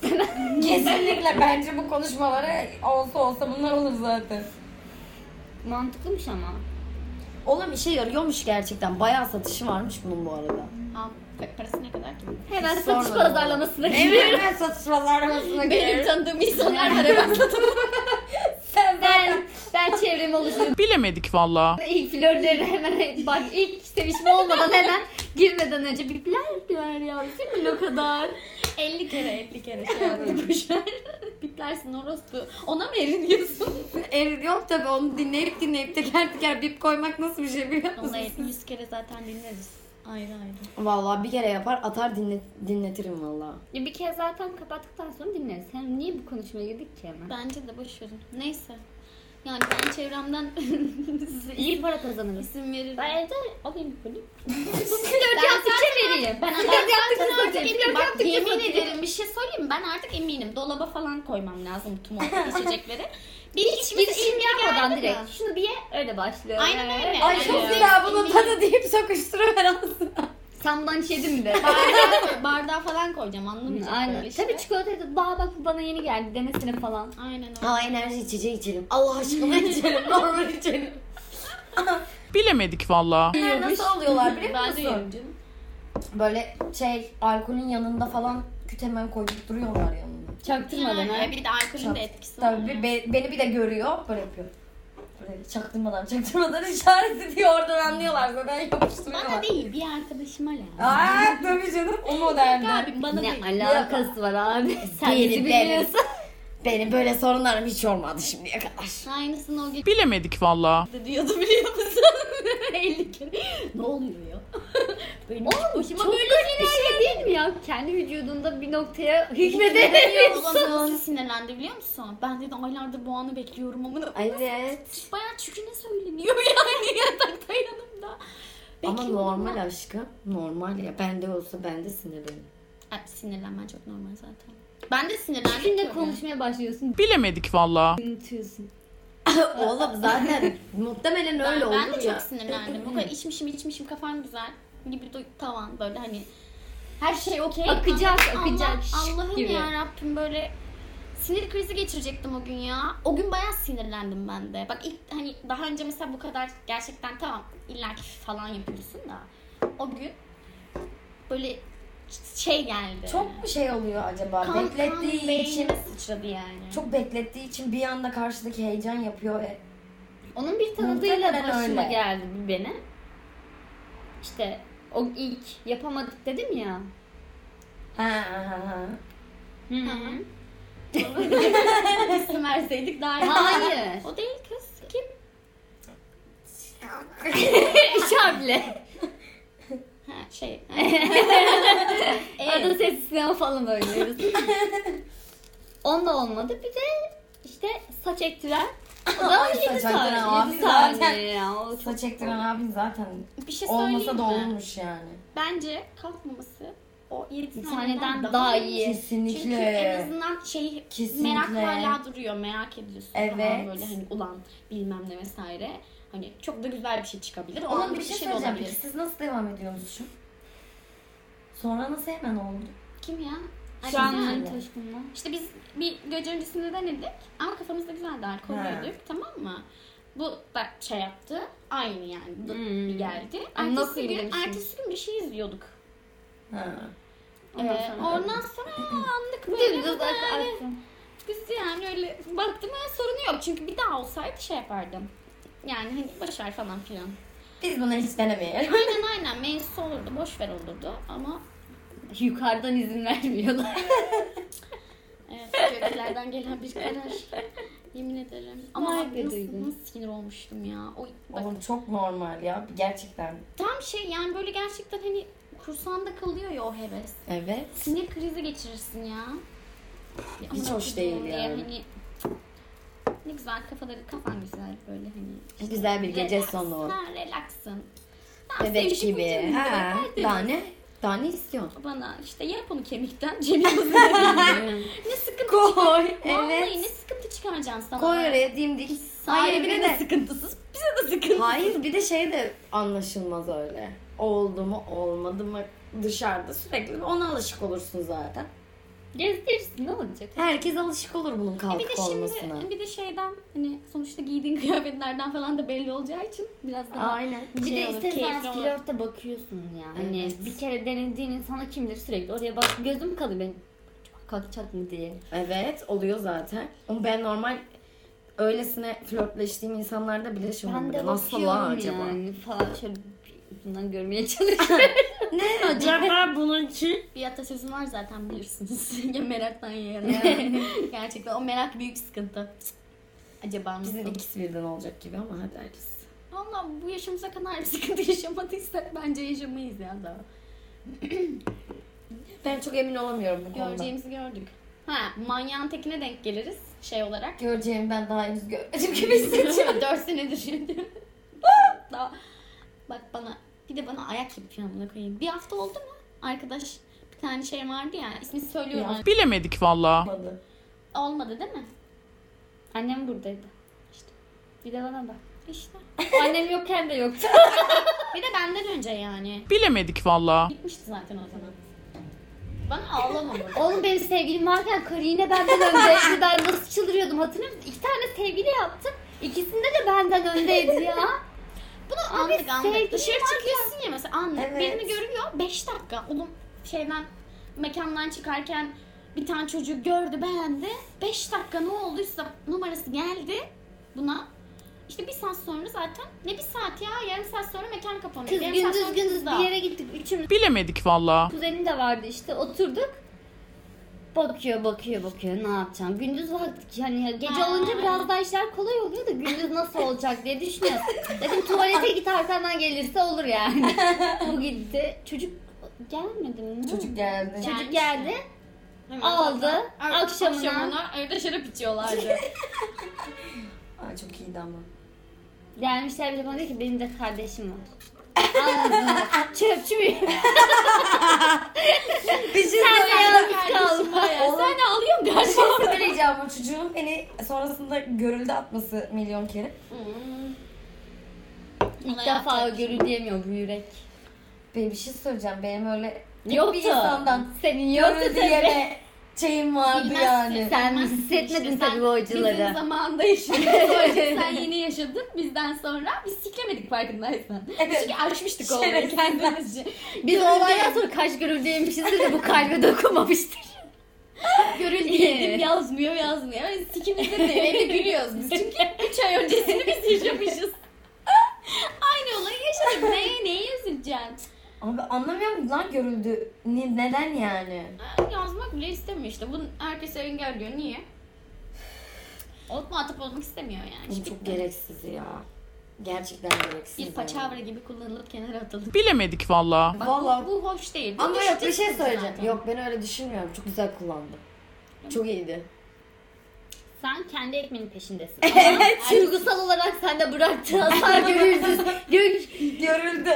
Kesinlikle bence bu konuşmalara olsa olsa bunlar olur zaten. Mantıklıymış ama. Oğlum işe yarıyormuş gerçekten. Bayağı satışı varmış bunun bu arada. Ha, parası ne kadar ki? Hemen Hiç satış sormadım. pazarlamasına giriyorum. Hemen satışmalar arasına Benim girer. tanıdığım insanlar var evet. Sen zaten Ben, ben çevremi oluşturuyorum. Bilemedik valla. İlk flörleri hemen bak ilk sevişme olmadan hemen girmeden önce bir biler biler ya. Kim bilir o kadar. 50 kere 50 kere şey yaptım. Biplersin orospu. Ona mı eriniyorsun? Eriyorum tabii onu dinleyip dinleyip teker teker bip koymak nasıl bir şey biliyor musun? Ona 100 kere zaten dinleriz. Ayrı ayrı. Vallahi bir kere yapar atar dinle, dinletirim vallahi. Ya Bir kez zaten kapattıktan sonra dinleriz. Sen niye bu konuşmaya girdik ki hemen? Bence de boş verin. Neyse. Yani ben çevremden size İyi para kazanırız. isim veririm. Ben Ben, evde alayım bir kulüp. Flört yaptıkça vereyim. Ben ben flört yaptıkça artık satayım. eminim. Flört Bak yaptıkça yemin satayım. ederim bir şey söyleyeyim mi? Ben artık eminim. Dolaba falan koymam lazım tüm o içecekleri. Bir Biz içimiz şimdi yapmadan geldi mi? direkt. Şunu bir ye öyle başlıyor. Aynen öyle. Ay, Ay çok Evet. güzel bunun tadı deyip sokuşturuver ağzına. Sen bundan hiç yedin mi de? bardağa, bardağa falan koyacağım anlamayacak Aynen. böyle işte. Tabii çikolatayı da daha bak bu bana yeni geldi denesine falan. Aynen öyle. Aa enerji içeceği içelim. Allah aşkına içelim. Normal içelim. Bilemedik valla. bunlar nasıl oluyorlar biliyor Ben de musun? yorumcuyum. Böyle şey alkolün yanında falan küt hemen koyup duruyorlar yanında. Çaktırmadan ha. Yani bir de alkolün de etkisi var. Tabii bir- be- beni bir de görüyor böyle yapıyor. Böyle çaktırmadan çaktırmadan işaret ediyor oradan anlıyorlar zaten Bana yapıştırıyorlar. değil bir arkadaşıma lazım. Aa tabii canım o modelde. Abi bana Ne değil. alakası var abi? Sen Değil, bizi değil. biliyorsun. Benim böyle sorunlarım hiç olmadı şimdiye kadar. Aynısını o gece Bilemedik valla. de diyordu biliyor musun? 50 kere. Ne oluyor ya? Benim hiç başıma Çok böyle garip bir şey değil mi ya? Kendi vücudunda bir noktaya hükmedemiyor. Ulan nasıl sinirlendi biliyor musun? Ben dedi aylardır bu anı bekliyorum amına. Evet. Bayağı çüküne söyleniyor yani yatakta yanımda. Ama Bekliyorum normal ama- aşkım. Normal ya. Bende olsa ben de sinirlenirim. Ay, Sinirlenmen çok normal zaten. Ben de sinirlendim. Şimdi tabii. konuşmaya başlıyorsun. Bilemedik valla. Unutuyorsun. Oğlum zaten muhtemelen Ben, öyle olur ben de ya. çok sinirlendim. Bu kadar içmişim içmişim kafam güzel gibi du- tavan böyle hani her şey okey. Akacak, Allah- akacak Allah'ım gibi. ya Rabbim böyle sinir krizi geçirecektim o gün ya. O gün bayağı sinirlendim ben de. Bak ilk hani daha önce mesela bu kadar gerçekten tamam illa ki falan yapıyorsun da o gün böyle şey geldi. Çok mu şey oluyor acaba? Kan- kan beklettiği için beynime sıçradı yani. çok beklettiği için bir anda karşıdaki heyecan yapıyor. E, Onun bir tanıdığıyla Muhtemelen başıma öyle. geldi bir beni. İşte o ilk yapamadık dedim ya. Ha ha ha. Hı hı. isim verseydik daha iyi. Hayır. O değil kız. Kim? Şable. Ha şey. Arada ses sinema falan oynuyoruz. Onda olmadı. Bir de işte saç ektiren. O da Ay, 7 saç ektiren saniye. abi 7 zaten. saniye ya. O çok Saç ektiren abin zaten bir şey söyleyeyim olmasa mi? da olurmuş yani. Bence kalkmaması o 7 Bir saniyeden saniyeden daha, daha iyi. iyi. Kesinlikle. Ee, Çünkü en azından şey Kesinlikle. merak hala duruyor. Merak ediyorsun Evet. falan böyle hani ulan bilmem ne vesaire. Hani çok da güzel bir şey çıkabilir. O Onun an bir de şey söyleyeceğim. Peki olabilir. siz nasıl devam ediyorsunuz şu? Sonra nasıl hemen oldu? Kim ya? Şu an Alize. hani taşkınla. İşte biz bir gece öncesinde denedik ama kafamızda güzeldi alkol Ha. yiyorduk, tamam mı? Bu da şey yaptı. Aynı yani. Bu Hmm. bir geldi. Ama nasıl Ertesi gün, biliyorsun? ertesi gün bir şey izliyorduk. Ha. Ee, Ondan sonra- ondan sonra anlık böyle Dümdüz yani, aksın. biz yani öyle baktım ya sorunu yok. Çünkü bir daha olsaydı şey yapardım. Yani hani başar falan filan. Biz bunu hiç denemeyelim. Aynen aynen meclis olurdu, boşver olurdu ama Yukarıdan izin vermiyorlar. Evet, göklerden gelen bir karar. Yemin ederim. Ama Vay be nasıl, duydum. nasıl sinir olmuştum ya. O, bak, Oğlum çok normal ya. Gerçekten. tam şey yani böyle gerçekten hani kursağında kalıyor ya o heves. Evet. Sinir krizi geçirirsin ya. Ya Hiç ama hoş çocuğum değil diye yani. hani, ne güzel kafaları kafan güzel böyle hani. Güzel bir gece relax, sonu. Ha relaxsın. Ha, Bebek sevişim gibi. ucunda, Ha, haydi. daha ne? Daha ne istiyorsun? Bana işte yap onu kemikten Cemil Bozun'un Ne sıkıntı Koy. Vallahi Evet. ne sıkıntı çıkaracaksın sana. Koy oraya dimdik. Hayır bir bir de sıkıntısız. Bize de sıkıntı. Hayır bir de şey de anlaşılmaz öyle. Oldu mu olmadı mı dışarıda sürekli ona alışık olursun zaten. Gezdirirsin ne olacak? Herkes alışık olur bunun Bir de kalkık olmasına. şimdi e, bir de şeyden hani sonuçta giydiğin kıyafetlerden falan da belli olacağı için biraz daha Aynen. Bir şey de olur, istersen keyifli olur. flörte bakıyorsun ya. Hani Evet. bir kere denediğin insana kimdir sürekli oraya bak gözüm kalıyor benim. Acaba Kalkacak mı diye. Evet oluyor zaten. Ama ben normal öylesine flörtleştiğim insanlarda bile şey Ben de olmuyor. Nasıl la acaba? yani falan şöyle bir- bundan görmeye çalışıyorum. Ne acaba bununki? bir atasözü var zaten bilirsiniz. ya meraktan yani. Gerçekten o merak büyük sıkıntı. Cık. Acaba Bizim nasıl? ikisi birden olacak gibi ama hadi herkes. Valla bu yaşımıza kadar bir sıkıntı yaşamadıysak bence yaşamayız ya daha. Ben çok emin olamıyorum bu konuda. Göreceğimizi gördük. Ha manyağın tekine denk geliriz şey olarak. Göreceğimi ben daha henüz görmedim gibi hissediyorum. 4 senedir şimdi. Daha, bak bana bir de bana ayak yapıp yanına koyayım. Bir hafta oldu mu? Arkadaş bir tane şey vardı ya ismini söylüyorum. Bilemedik valla. Olmadı değil mi? Annem buradaydı. İşte. Bir de bana bak. İşte. Annem yokken de yoktu. Bir de benden önce yani. Bilemedik valla. Gitmişti zaten o zaman. Bana ağlamadı. Oğlum benim sevgilim varken karı yine benden öndeydi. Ben nasıl çıldırıyordum hatırlıyor musun? İki tane sevgili yaptım. İkisinde de benden öndeydi ya. Bunu anlık anlık. sevgili Dışarı varken- çıkıyorsun ya mesela anlık. Evet. Birini görüyor 5 dakika. Oğlum şeyden mekandan çıkarken bir tane çocuğu gördü beğendi. 5 dakika ne olduysa numarası geldi buna. İşte bir saat sonra zaten ne bir saat ya yarım saat sonra mekan kapanıyor. Kız yarım saat gündüz sonra gündüz kızda. bir yere gittik. Üçümüz Bilemedik valla. kuzenim de vardı işte oturduk. Bakıyor bakıyor bakıyor ne yapacağım. Gündüz vakti yani gece Ha. olunca biraz daha işler kolay oluyor da gündüz nasıl olacak diye düşünüyorsun. Dedim tuvalete git arkandan gelirse olur yani. Bu gitti. Çocuk gelmedi mi? ne? Çocuk geldi. Gel- Çocuk geldi. Hemen Aldı. sonra- Akşamına- akşamına evde şarap içiyorlardı. Ay çok iyiydi ama. Gelmişler bir de bana diyor ki benim de kardeşim var. Ağzına çöpçü müyüm? Bir şey Sen de yalnız Kardeşim var ya, Oğlum. E Sen de alıyorsun karşı. söyleyeceğim bu çocuğun beni sonrasında görüldü atması milyon kere. İlk defa görülüyemiyor bu yürek. Benim bir şey söyleyeceğim. Benim öyle Yoktu. bir insandan Senin yoktu görüldü tabii. yeme şeyim vardı Bilmezsin. yani. Sen Bilmezsin hissetmedin işte, tabii sen bu acıları. Bizim zamanında yaşadığımız o acıyı sen yeni yaşadın. Bizden sonra biz siklemedik farkındaysan. Evet. Çünkü aşmıştık olayı Şerefsiz. kendimizce. Biz o olaydan sonra kaç görüldüymüşüzdür de bu kalbe dokunmamıştır. Görüldü Evet. yazmıyor yazmıyor. Yani Sikimizde de evde gülüyoruz biz. Çünkü 3 ay öncesini biz yaşamışız. Aynı olayı yaşadık. Neye neye üzüleceksin? Abi anlamıyorum lan görüldü. Ne- Neden yani? Yazmak bile istemiyor işte. Bunun herkese engel diyor. Niye? Otma atıp olmak istemiyor yani. Bu Çok gereksiz ya. Gerçekten gereksiz. Bir paçavra gibi kullanılıp kenara atılıp. Bilemedik valla. Bak Vallahi- bu, bu hoş değil. Bu Ama yok bir düştü şey söyleyeceğim. zaten. Yok ben öyle düşünmüyorum. Çok güzel kullandım. Çok iyiydi. Sen kendi ekmeğinin peşindesin. Evet. Duygusal olarak sen de bıraktın. Hasar görürsün. Gör, Görüldü.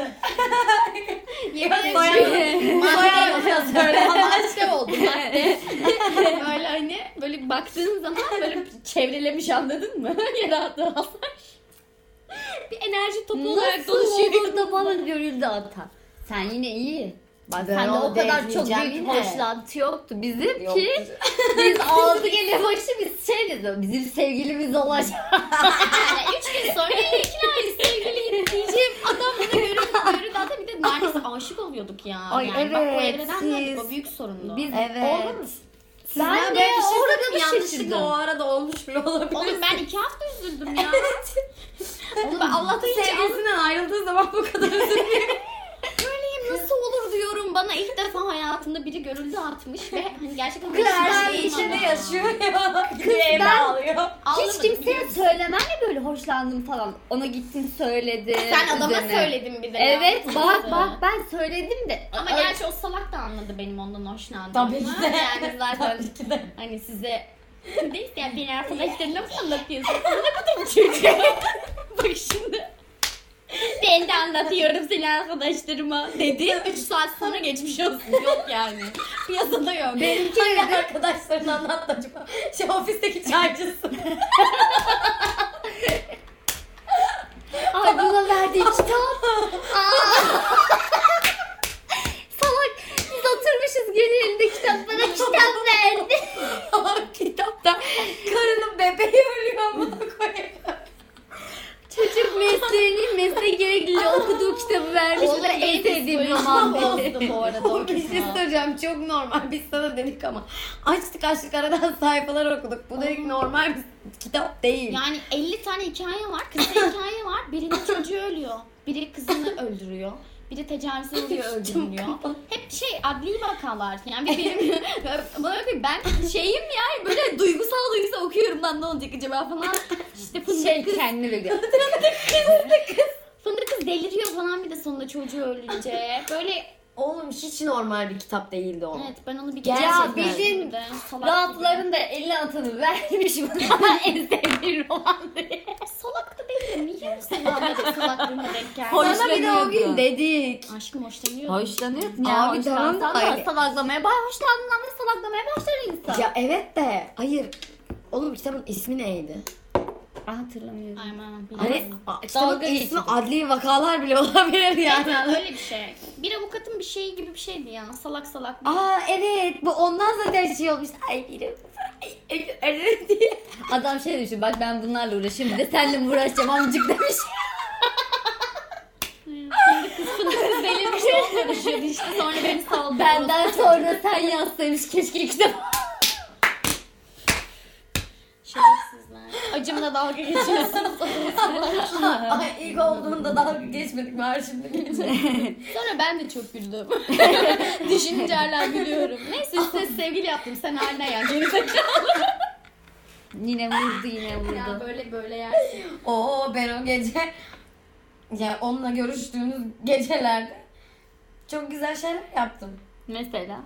Yemin Bayağı- ediyorum. bayağı yapacağız böyle ama işte oldu madde. böyle hani böyle baktığın zaman böyle çevrelemiş anladın mı? Yarattığı hasar. Bir enerji topu olarak nasıl doluşuyor. olur da bana görüldü ata. Sen yine iyi. Bak Sen de o kadar çok büyük hoşlantı yoktu bizim ki biz ağzı gele başı biz şey dedim bizim sevgilimiz olacak. Yani üç gün sonra ikna et sevgiliyim diyeceğim. Adam bunu görür, görür zaten bir de neredeyse aşık oluyorduk ya. Ay yani bak bu evet, evreden geldik siz- o büyük sorundu. Biz Evet. evet. Ben de şey orada bir şaşırdım. arada olmuş bile olabilir. Oğlum ben iki hafta üzüldüm ya. Oğlum ben Allah'tan hiç Sevgisinden ayrıldığı zaman bu kadar Böyleyim nasıl olur diyorum. Bana ilk defa hayatımda biri görüldü atmış ve hani gerçekten Kız hiçbir her şey şeyi içinde olmadı. yaşıyor ya. Kız ben- alıyor. Ağlamadım. Hiç kimseye söylemem ya böyle hoşlandım falan. Ona gittin söyledin. sen adama üzerine. söyledin bir de. ya. Evet bak bak ben söyledim de. Ama Ay, gerçi o salak da anladı benim ondan hoşlandığımı. Tabii ki de. Yani zaten Tabii ki de. hani size neyse ya beni arkadaşlarına mı anlatıyorsun? Anlamadım çünkü. Bak şimdi. Ben de anlatıyorum seni arkadaşlarıma dedi. 3 saat sonra geçmiş olsun. Yok yani. Piyasada yok. Benimki Hayır, arkadaşlarını anlat da acaba. Şey ofisteki çaycısı. Ay buna verdiği kitap. Aa. Salak biz oturmuşuz geri elinde kitap bana kitap verdi. Kitapta karının bebeği ölüyor bunu koyuyor. Çocuk mesleğinin mesleğe gerekliliği okuduğu kitabı vermiş. Bu da en sevdiğim roman benim. bozdu bu arada. o Bir şey kısmı. söyleyeceğim çok normal biz sana dedik ama açtık açtık aradan sayfalar okuduk. Bu dedik normal bir kitap değil. Yani 50 tane hikaye var. Kısa hikaye var. Birinin çocuğu ölüyor. Biri kızını öldürüyor. Biri tecavüze uğruyor öldürülüyor. Hep şey adli vakalar. Yani bir benim bana bakın ben şeyim ya böyle duygusal duygusal okuyorum lan ne olacak acaba falan. İşte fındık Şey kız, kendini bekliyor. fındık kız deliriyor falan bir de sonunda çocuğu ölünce. Böyle Oğlum hiç normal bir kitap değildi o. evet ben onu bir Gerçekten. Ya bildiğin salak gibi. Rahatların da eline atanı vermiş bana en sevdiğim roman diye. Salak da değilim. Niye bu salak salaklığına denk geldi? Hoş- Sana bir de o gün Hoşlanıyordu. dedik. Aşkım hoşlanıyor. Hoşlanıyor. Ya Abi Abi tamam tamam da da aile- salaklamaya bayağı hoşlandın ama salaklamaya başlar insan. Ya evet de hayır. Oğlum kitabın ismi neydi? Ah, hatırlamıyorum. Aynen. Hani bilmiyorum. a- kitabın Dalga ismi geçti. adli vakalar bile olabilir yani. Yani öyle bir şey. Bir avukatın bir şeyi gibi bir şeydi ya. Salak salak. Aa evet bu ondan zaten şey olmuş. Ay birim. Evet diye. Adam şey demiş bak ben bunlarla uğraşayım bir de seninle mi uğraşacağım amcık demiş. Belli bir şey olmamıştı işte. Sonra beni saldı. Benden sonra sen yazsaymış keşke ikisi Şerefsizler. Acımla dalga geçiyorsunuz. Ay ilk olduğunda daha geçmedik var şimdi geçelim. sonra ben de çok güldüm. Düşününce hala gülüyorum. Neyse size sevgili yaptım. Sen haline ya. Gerizekalı. Yine vurdu yine Ya vurdu. böyle böyle yersin. Oo ben o gece ya onunla görüştüğümüz gecelerde çok güzel şeyler yaptım. Mesela.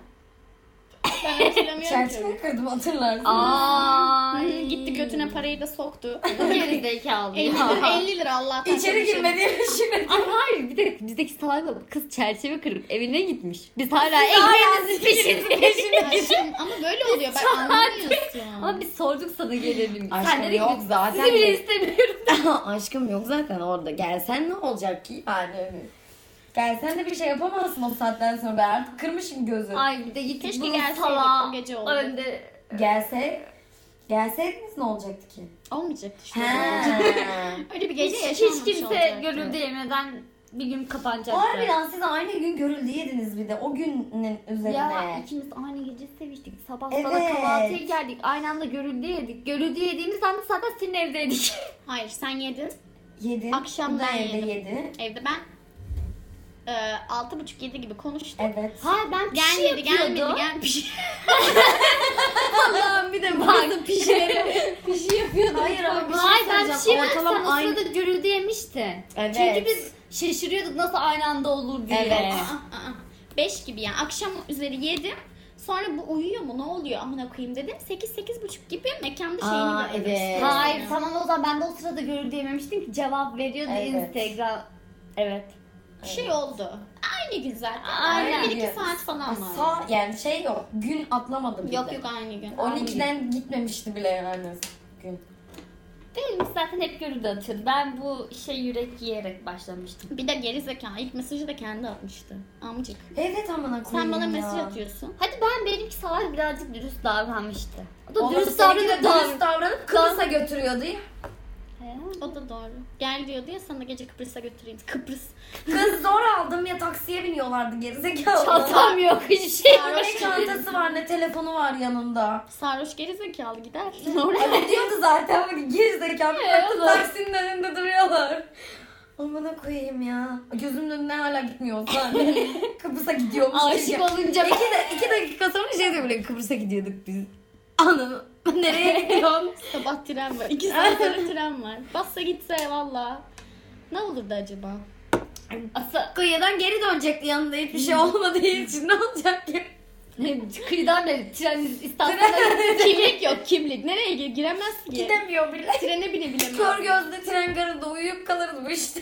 Ben hatırlamıyorum ki. Çerçeve kırdım hatırlarsın. Ay, Ay. Gitti götüne parayı da soktu. Geri zekalı. 50 lira, 50 lira Allah'tan. şey. İçeri girmediğim için. Ay hayır bir de bizdeki salak bak kız çerçeve kırıp evine gitmiş. Biz hala ekmeğimizin peşindeyiz. Ya şimdi- ama böyle oluyor. Ben anlamıyorsun. Ama biz sorduk sana gelelim. Aşkım Sen de yok zaten. Sizi bile istemiyorum. Aşkım yok zaten orada. Gelsen ne olacak ki? Yani Yani sen de bir şey yapamazsın o saatten sonra. Ben artık kırmışım gözü. Ay bir de gittik Keşke bunun gelseydik, salağı o gece oldu. Önde Gelse gelseydiniz ne olacaktı ki? Olmayacaktı işte. He. Öyle bir hiç, gece hiç yaşanmamış kimse olacaktı. görüldü yemeden bir gün kapanacaktı. Harbiden siz aynı gün görüldü yediniz bir de o günün üzerine. Ya ikimiz aynı gece seviştik. Sabah sabah Evet. kahvaltıya geldik. Aynı anda görüldü yedik. Görüldü yediğimiz anda zaten senin evdeydik. Hayır sen yedin. Yedi. Akşam Bu da ben evde yedim. yedi. Evde ben e, altı buçuk yedi gibi konuştum. Evet. Hayır ben pişi Gelmedi, yapıyordum. gelmedi, gelmedi. Bir şey- Allah'ım bir de bak. Hayır şey abi Hayır şey ben pişi yapıyordum. Ortalama Sana aynı- sırada görüldü yemişti. Evet. Çünkü biz şaşırıyorduk nasıl aynı anda olur diye. Evet. Aa, aa. Beş gibi yani akşam üzeri yedim. Sonra bu uyuyor mu ne oluyor amına koyayım dedim. Sekiz sekiz buçuk gibi mekanda şeyini Aa, gördüm. evet. Hayır tamam o zaman ben de o sırada görüldü yememiştim ki cevap veriyordu Evet. Instagram. Evet. Şey oldu. Aynı gün zaten. Aynen. Bir iki saat falan var. Sağ, yani şey yok. Gün atlamadım. Yok yok aynı gün. 12'den gitmemişti bile yani gün. Benim zaten hep görüldü atıyordu. Ben bu işe yürek yiyerek başlamıştım. Bir de geri zekalı ilk mesajı da kendi atmıştı. Amcık. Evet amına Sen koyayım bana ya. mesaj atıyorsun. Hadi ben benimki salak birazcık dürüst davranmıştı. O da Oğlum, dürüst seninki de davranıp Dürüst davranıp Kıbrıs'a götürüyordu ya. O da doğru. Gel diyordu ya sana gece Kıbrıs'a götüreyim. Kıbrıs. Kız zor aldım ya taksiye biniyorlardı gerizekalı. Çantam yok hiçbir şey. Ne çantası var ne telefonu var yanında. Sarhoş geri zekalı gider. Ay, diyordu zaten bak gerizekalı bir baktım taksinin önünde duruyorlar. Amına koyayım ya. Gözümün önüne hala gitmiyor zaten. Kıbrıs'a gidiyormuş. Aşık gibi. olunca İki, de, iki dakika sonra şey diyor bile Kıbrıs'a gidiyorduk biz. Anam nereye gidiyorsun? Sabah tren var. İki saat sonra tren var. Bassa gitse valla. Ne olurdu acaba? Asa- Kıyıdan geri dönecekti yanında hiçbir şey olmadığı için ne olacak ki? kıyıdan beri tren istasyonuna kimlik yok kimlik. Nereye gi- giremez ki? Gidemiyor bile. Trene bile bilemez. Kör gözlü tren garında uyuyup kalırız bu işte.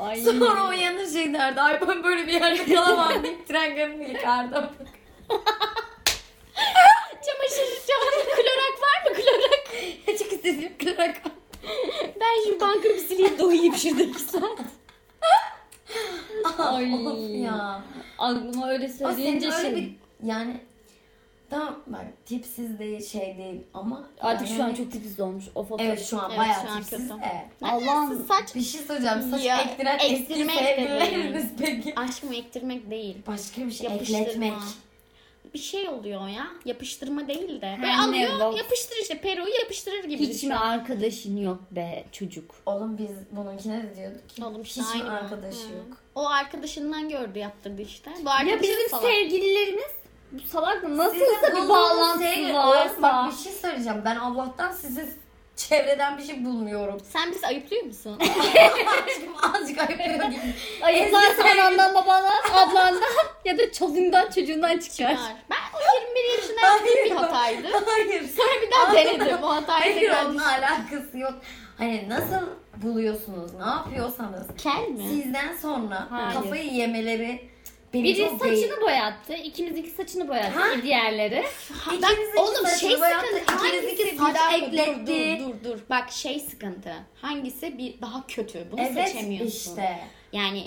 Ay. Sonra uyanır şey derdi. Ay ben böyle bir yerde kalamam deyip tren garını yıkardım. Çamaşır çamaşır klorak var mı klorak? Açık istediğim kadar kal- Ben şu bankamı sileyim de uyuyayım şurada iki saat. Ay. Of ya. Aklıma öyle O senin söyleyince öyle şey. bir yani tamam bak tipsiz değil şey değil ama Artık yani- şu an çok tipiz olmuş o fotoğraf. evet şu an Evet, bayağı şu an tipsiz kötü. de. Allah'ım. Saç Bir şey soracağım. Saç Ya, ektiren eski ektirmek de sevgilileriniz peki. aşk mı ektirmek değil. Başka bir şey Yapıştırma. ekletmek. Bir şey oluyor ya. Yapıştırma değil de. Böyle Her ne alıyor bak. yapıştır işte. Peru'yu yapıştırır gibi. Hiç düşün. mi arkadaşın yok be çocuk? Oğlum biz bununkine de diyorduk ki Oğlum hiç işte mi aynı arkadaşı bu. Hı. yok? O arkadaşından gördü yaptırdı işte. Bu Ya arkadaşın bizim salak. sevgililerimiz bu salakla Sizin şey nasılsa bir bulduğunuz bağlantısı sevgili- Oğlum varsa. Bak bir şey söyleyeceğim. Ben Allah'tan sizi çevreden bir şey bulmuyorum. Sen bizi ayıplıyor musun? Aşkım azıcık ayıp gibi. Ay varsa anandan babandan ablandan ya da çoluğundan çocuğundan çıkar. Var. ben o 21 yaşında yaptığım bir Hayır. hataydı. Hayır. Sonra bir daha denedim o hatayı Hayır tekrar onunla düşün. alakası yok. Hani nasıl buluyorsunuz, ne yapıyorsanız. Kel mi? Sizden sonra bu Hayır. kafayı yemeleri beni Biri çok değil. saçını boyattı, ikimizinki saçını boyattı, diğerleri. İkinizinki Oğlum saçını şey boyattı, sıkıntı. ikinizinki Hangisi saç bir daha ekletti. Dur, dur dur. Bak şey sıkıntı. Hangisi bir daha kötü? Bunu Evet seçemiyorsun. işte. Yani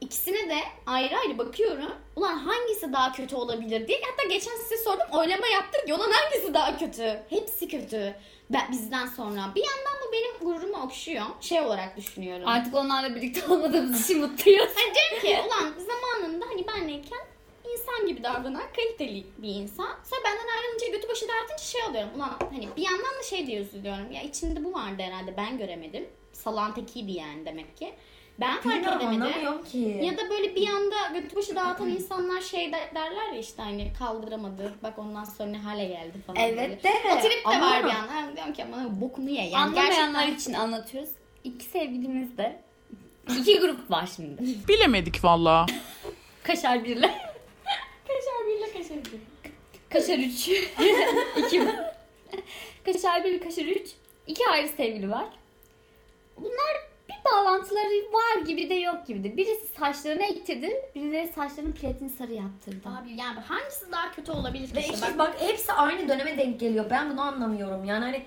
ikisine de ayrı ayrı bakıyorum. Ulan hangisi daha kötü olabilir diye. Hatta geçen size sordum. Oylama yaptık ya. Ulan hangisi daha kötü? Hepsi kötü. Ben, bizden sonra. Bir yandan bu benim gururumu okşuyor. Şey olarak düşünüyorum. Artık onlarla birlikte olmadığımız için mutluyuz. Hani diyorum ki ulan zamanında hani benleyken insan gibi davranan kaliteli bir insan. Sonra benden ayrılınca götü başı dağıtınca şey oluyorum. Ulan hani bir yandan da şey diye üzülüyorum. Ya içinde bu vardı herhalde ben göremedim. Salan tekiydi yani demek ki. Ben fark Bilmiyorum edemedim. anlamıyorum ki. Ya da böyle bir anda götü başı dağıtan insanlar şey de- derler ya işte hani kaldıramadı. Bak ondan sonra ne hale geldi falan. Evet de. böyle. O trip de Ama- var bir yandan. Ben diyorum ki aman bokunu ye. Yani Anlamayanlar gerçekten için anlatıyoruz. İki sevgilimiz de. İki grup var şimdi. Bilemedik valla. Kaşar birle. kaşar birle kaşar bir. Kaşar 3. 2. Kaşar 1, Kaşar 3. İki ayrı sevgili var. Bunlar bir bağlantıları var gibi de yok gibi de. Birisi saçlarını ektirdi, birileri saçlarının platini sarı yaptırdı. Abi yani hangisi daha kötü olabilir ki? Ve işte? iki- Bak- bak hepsi aynı döneme denk geliyor. Ben bunu anlamıyorum. Yani hani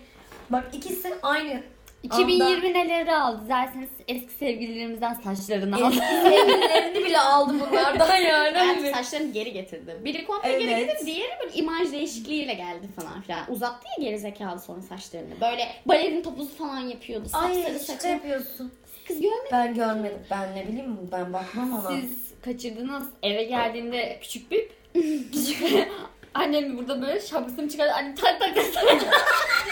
bak ikisi aynı 2020 neleri aldı derseniz eski sevgililerimizden saçlarını aldı. Sevgililerini bile aldı bunlardan yani. Evet, Hani- saçlarını geri getirdi. Biri komple geri Evet. getirdi, diğeri böyle imaj değişikliğiyle geldi falan filan. Uzattı ya geri zekalı sonra saçlarını. Böyle balerin topuzu falan yapıyordu. Sapsarı Hani Ay şaka saçı. yapıyorsun. Kız görmedi. Ben görmedim. Ben ne bileyim ben bakmam ona. Siz kaçırdınız. Eve geldiğinde küçük bir annem burada böyle şapkasını çıkardı. Annem tak tak tak.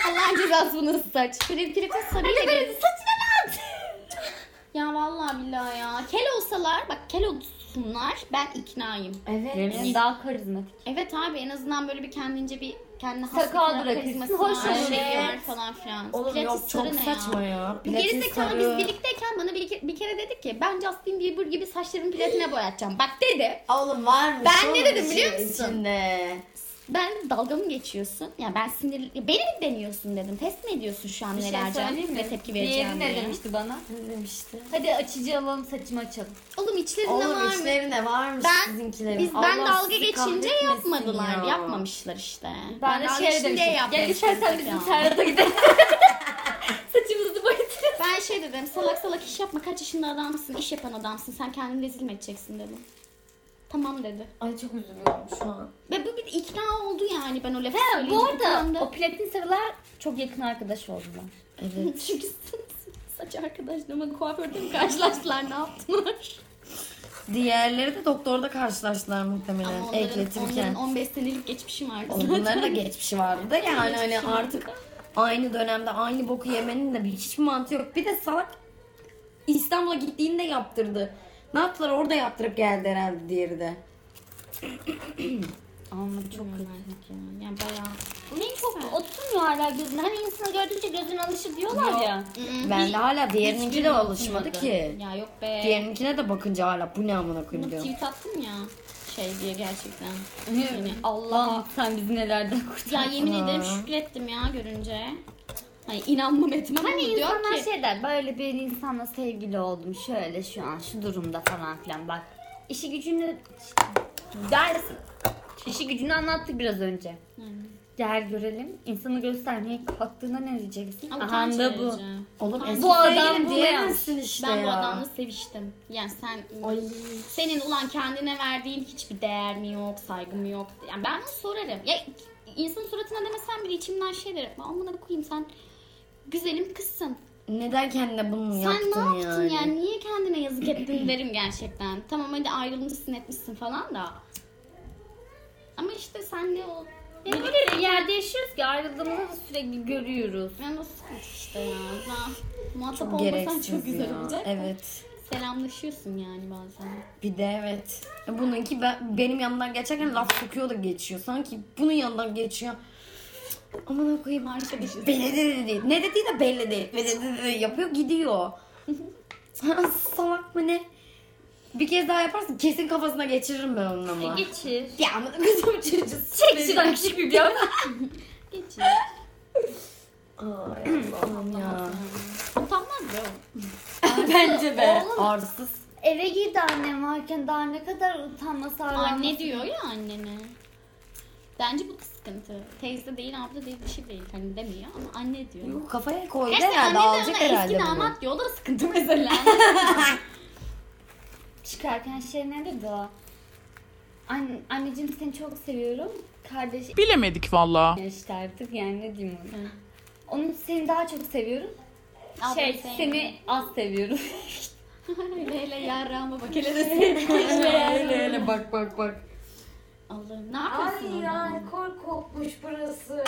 Allah'ın cezası bu nasıl saç. Kredi kredi sarıyla geldi. Ya vallahi billahi ya. Kel olsalar bak kel olsunlar ben iknayım. Evet. Benim daha karizmatik. Evet abi en azından böyle bir kendince bir kendine Sakal bir bırakırsın, karizması hoş var, olur. şey var Evet. falan filan. Oğlum Pilates yok çok sarı ne ya? Saçma ya. Pilates Gerizekalı sarı. biz birlikteyken bana bir, ke- bir kere dedi ki ben Justin Bieber gibi saçlarımı platine boyatacağım. Bak dedi. Oğlum varmış. Ben ne oğlum dedim işin biliyor musun? şey içinde. Ben de dalga mı geçiyorsun? Ya ben sinirli... ya Beni mi deniyorsun dedim. Test mi ediyorsun şu an Bir şey neler söyleyeyim mi? ne tepki Diğeri vereceğim ne diye. demişti bana? Ne demişti? Hadi açıcı alalım saçımı açalım. Oğlum içlerinde var Oğlum mı? içlerine varmış Ben- sizinkilerin. Biz ben Allah dalga sizi geçince kahretmesin yapmadılar. ya. Yapmamışlar işte. Ben, de dalga şey geçince demiştim. Gel yapmamışlar istersen bizim ya. Serhat'a gidelim. Saçımızı boyatırız. Ben şey dedim salak salak iş yapma kaç yaşında adamsın iş yapan adamsın sen kendini rezil mi edeceksin dedim. Tamam dedi. Ay çok üzülüyorum şu an. Ve bu bir ikna oldu yani ben o lafı söyleyince. Bu arada kulağımda- o platin sarılar çok yakın arkadaş oldular. Çünkü saç arkadaşlarıma kuaförde mi karşılaştılar ne yaptılar? Diğerleri de doktorda karşılaştılar muhtemelen Ama onların, onların ekletirken. 15 senelik geçmişi vardı. Oğlum Bunların da geçmişi vardı da yani hani artık aynı dönemde aynı boku yemenin de bir- hiçbir mantığı yok. Bir de salak İstanbul'a gittiğinde yaptırdı. Ne yaptılar orada yaptırıp geldi herhalde diğeri de. Ama çok kötü. Yani, yani bayağı. Ne koku? Oturmuyor hala gözüne. Hani insana gördükçe gözün alışır diyorlar ya. Ben de hala diğerininki de alışmadı ki. Ya yok be. Diğerinkine Ee, de bakınca hala bu ne amına koyayım Bunu diyorum. tweet attım ya şey diye gerçekten. Yani Allah sen bizi nelerden kurtardın. Ya yemin ederim şükrettim ya görünce. Hani inanmam etmem Hani ama diyor insanlar ki. şey der böyle bir insanla sevgili oldum şöyle şu an şu durumda falan filan bak. İşi gücünü dersin. İşi gücünü anlattı biraz önce. Gel görelim. İnsanı göstermeye kalktığında ne diyeceksin? Ama Aha utanç da bu. verici. Oğlum Ay, eski bu adam sevgilim bunu diyemezsin işte ben ya. bu adamla seviştim. Yani sen senin ulan kendine verdiğin hiçbir değer mi yok, saygı mı yok? Yani ben bunu sorarım. Ya insanın suratına demesem bile içimden şey derim. Ben amına bir koyayım sen güzelim kızsın. Neden kendine bunu Sen yaptın ne yaptın yani? yani? Niye kendine yazık ettin derim gerçekten. Tamam hadi ayrılmışsın etmişsin falan da. Ama işte sen de o Ya böyle bir yerde yaşıyoruz ki ayrıldığımızda da sürekli görüyoruz. ben o sıkıntı işte ya. Ben, muhatap Çok olmasan gereksiz çok güzel ya. olacak. Evet. Selamlaşıyorsun yani bazen. Bir de evet. Bununki ben, benim yanımdan geçerken laf sokuyor da geçiyor. Sanki bunun yanından geçiyor. Cık, Aman koyayım arkadaşım. Belli de dedi. Ne dediği de belli değil. Belli de dedi. Yapıyor gidiyor. Sana Salak mı ne? Bir kez daha yaparsın kesin kafasına geçiririm ben onun ama. Geçir. Ya ama kızım çocuğu. Çek şuradan küçük bir bir Geçiyor. Ay Allah'ım ya. Utanmaz ya o. Bence be. Oğlum. Arsız. Eve girdi annem varken daha ne kadar utanması ağırlanması. Anne diyor ya annene. Bence bu da sıkıntı. Teyze değil, abla değil, bir şey değil. Hani demiyor ama anne diyor. Yok, Kafaya koydu Gerçi anne herhalde de ona alacak herhalde. eski bunu. damat diyor. O da sıkıntı mesela. Çıkarken şey ne dedi o? Anne, anneciğim seni çok seviyorum. Kardeş Bilemedik valla. işte artık yani ne diyeyim ona. Onu seni daha çok seviyorum. Abla şey sevmiyor. seni az seviyorum. hele hele yarrağıma bak hele de sevgilim. Hele hele bak bak bak. Allah'ım ne yapıyorsun? Ay orada? ya kor kokmuş burası.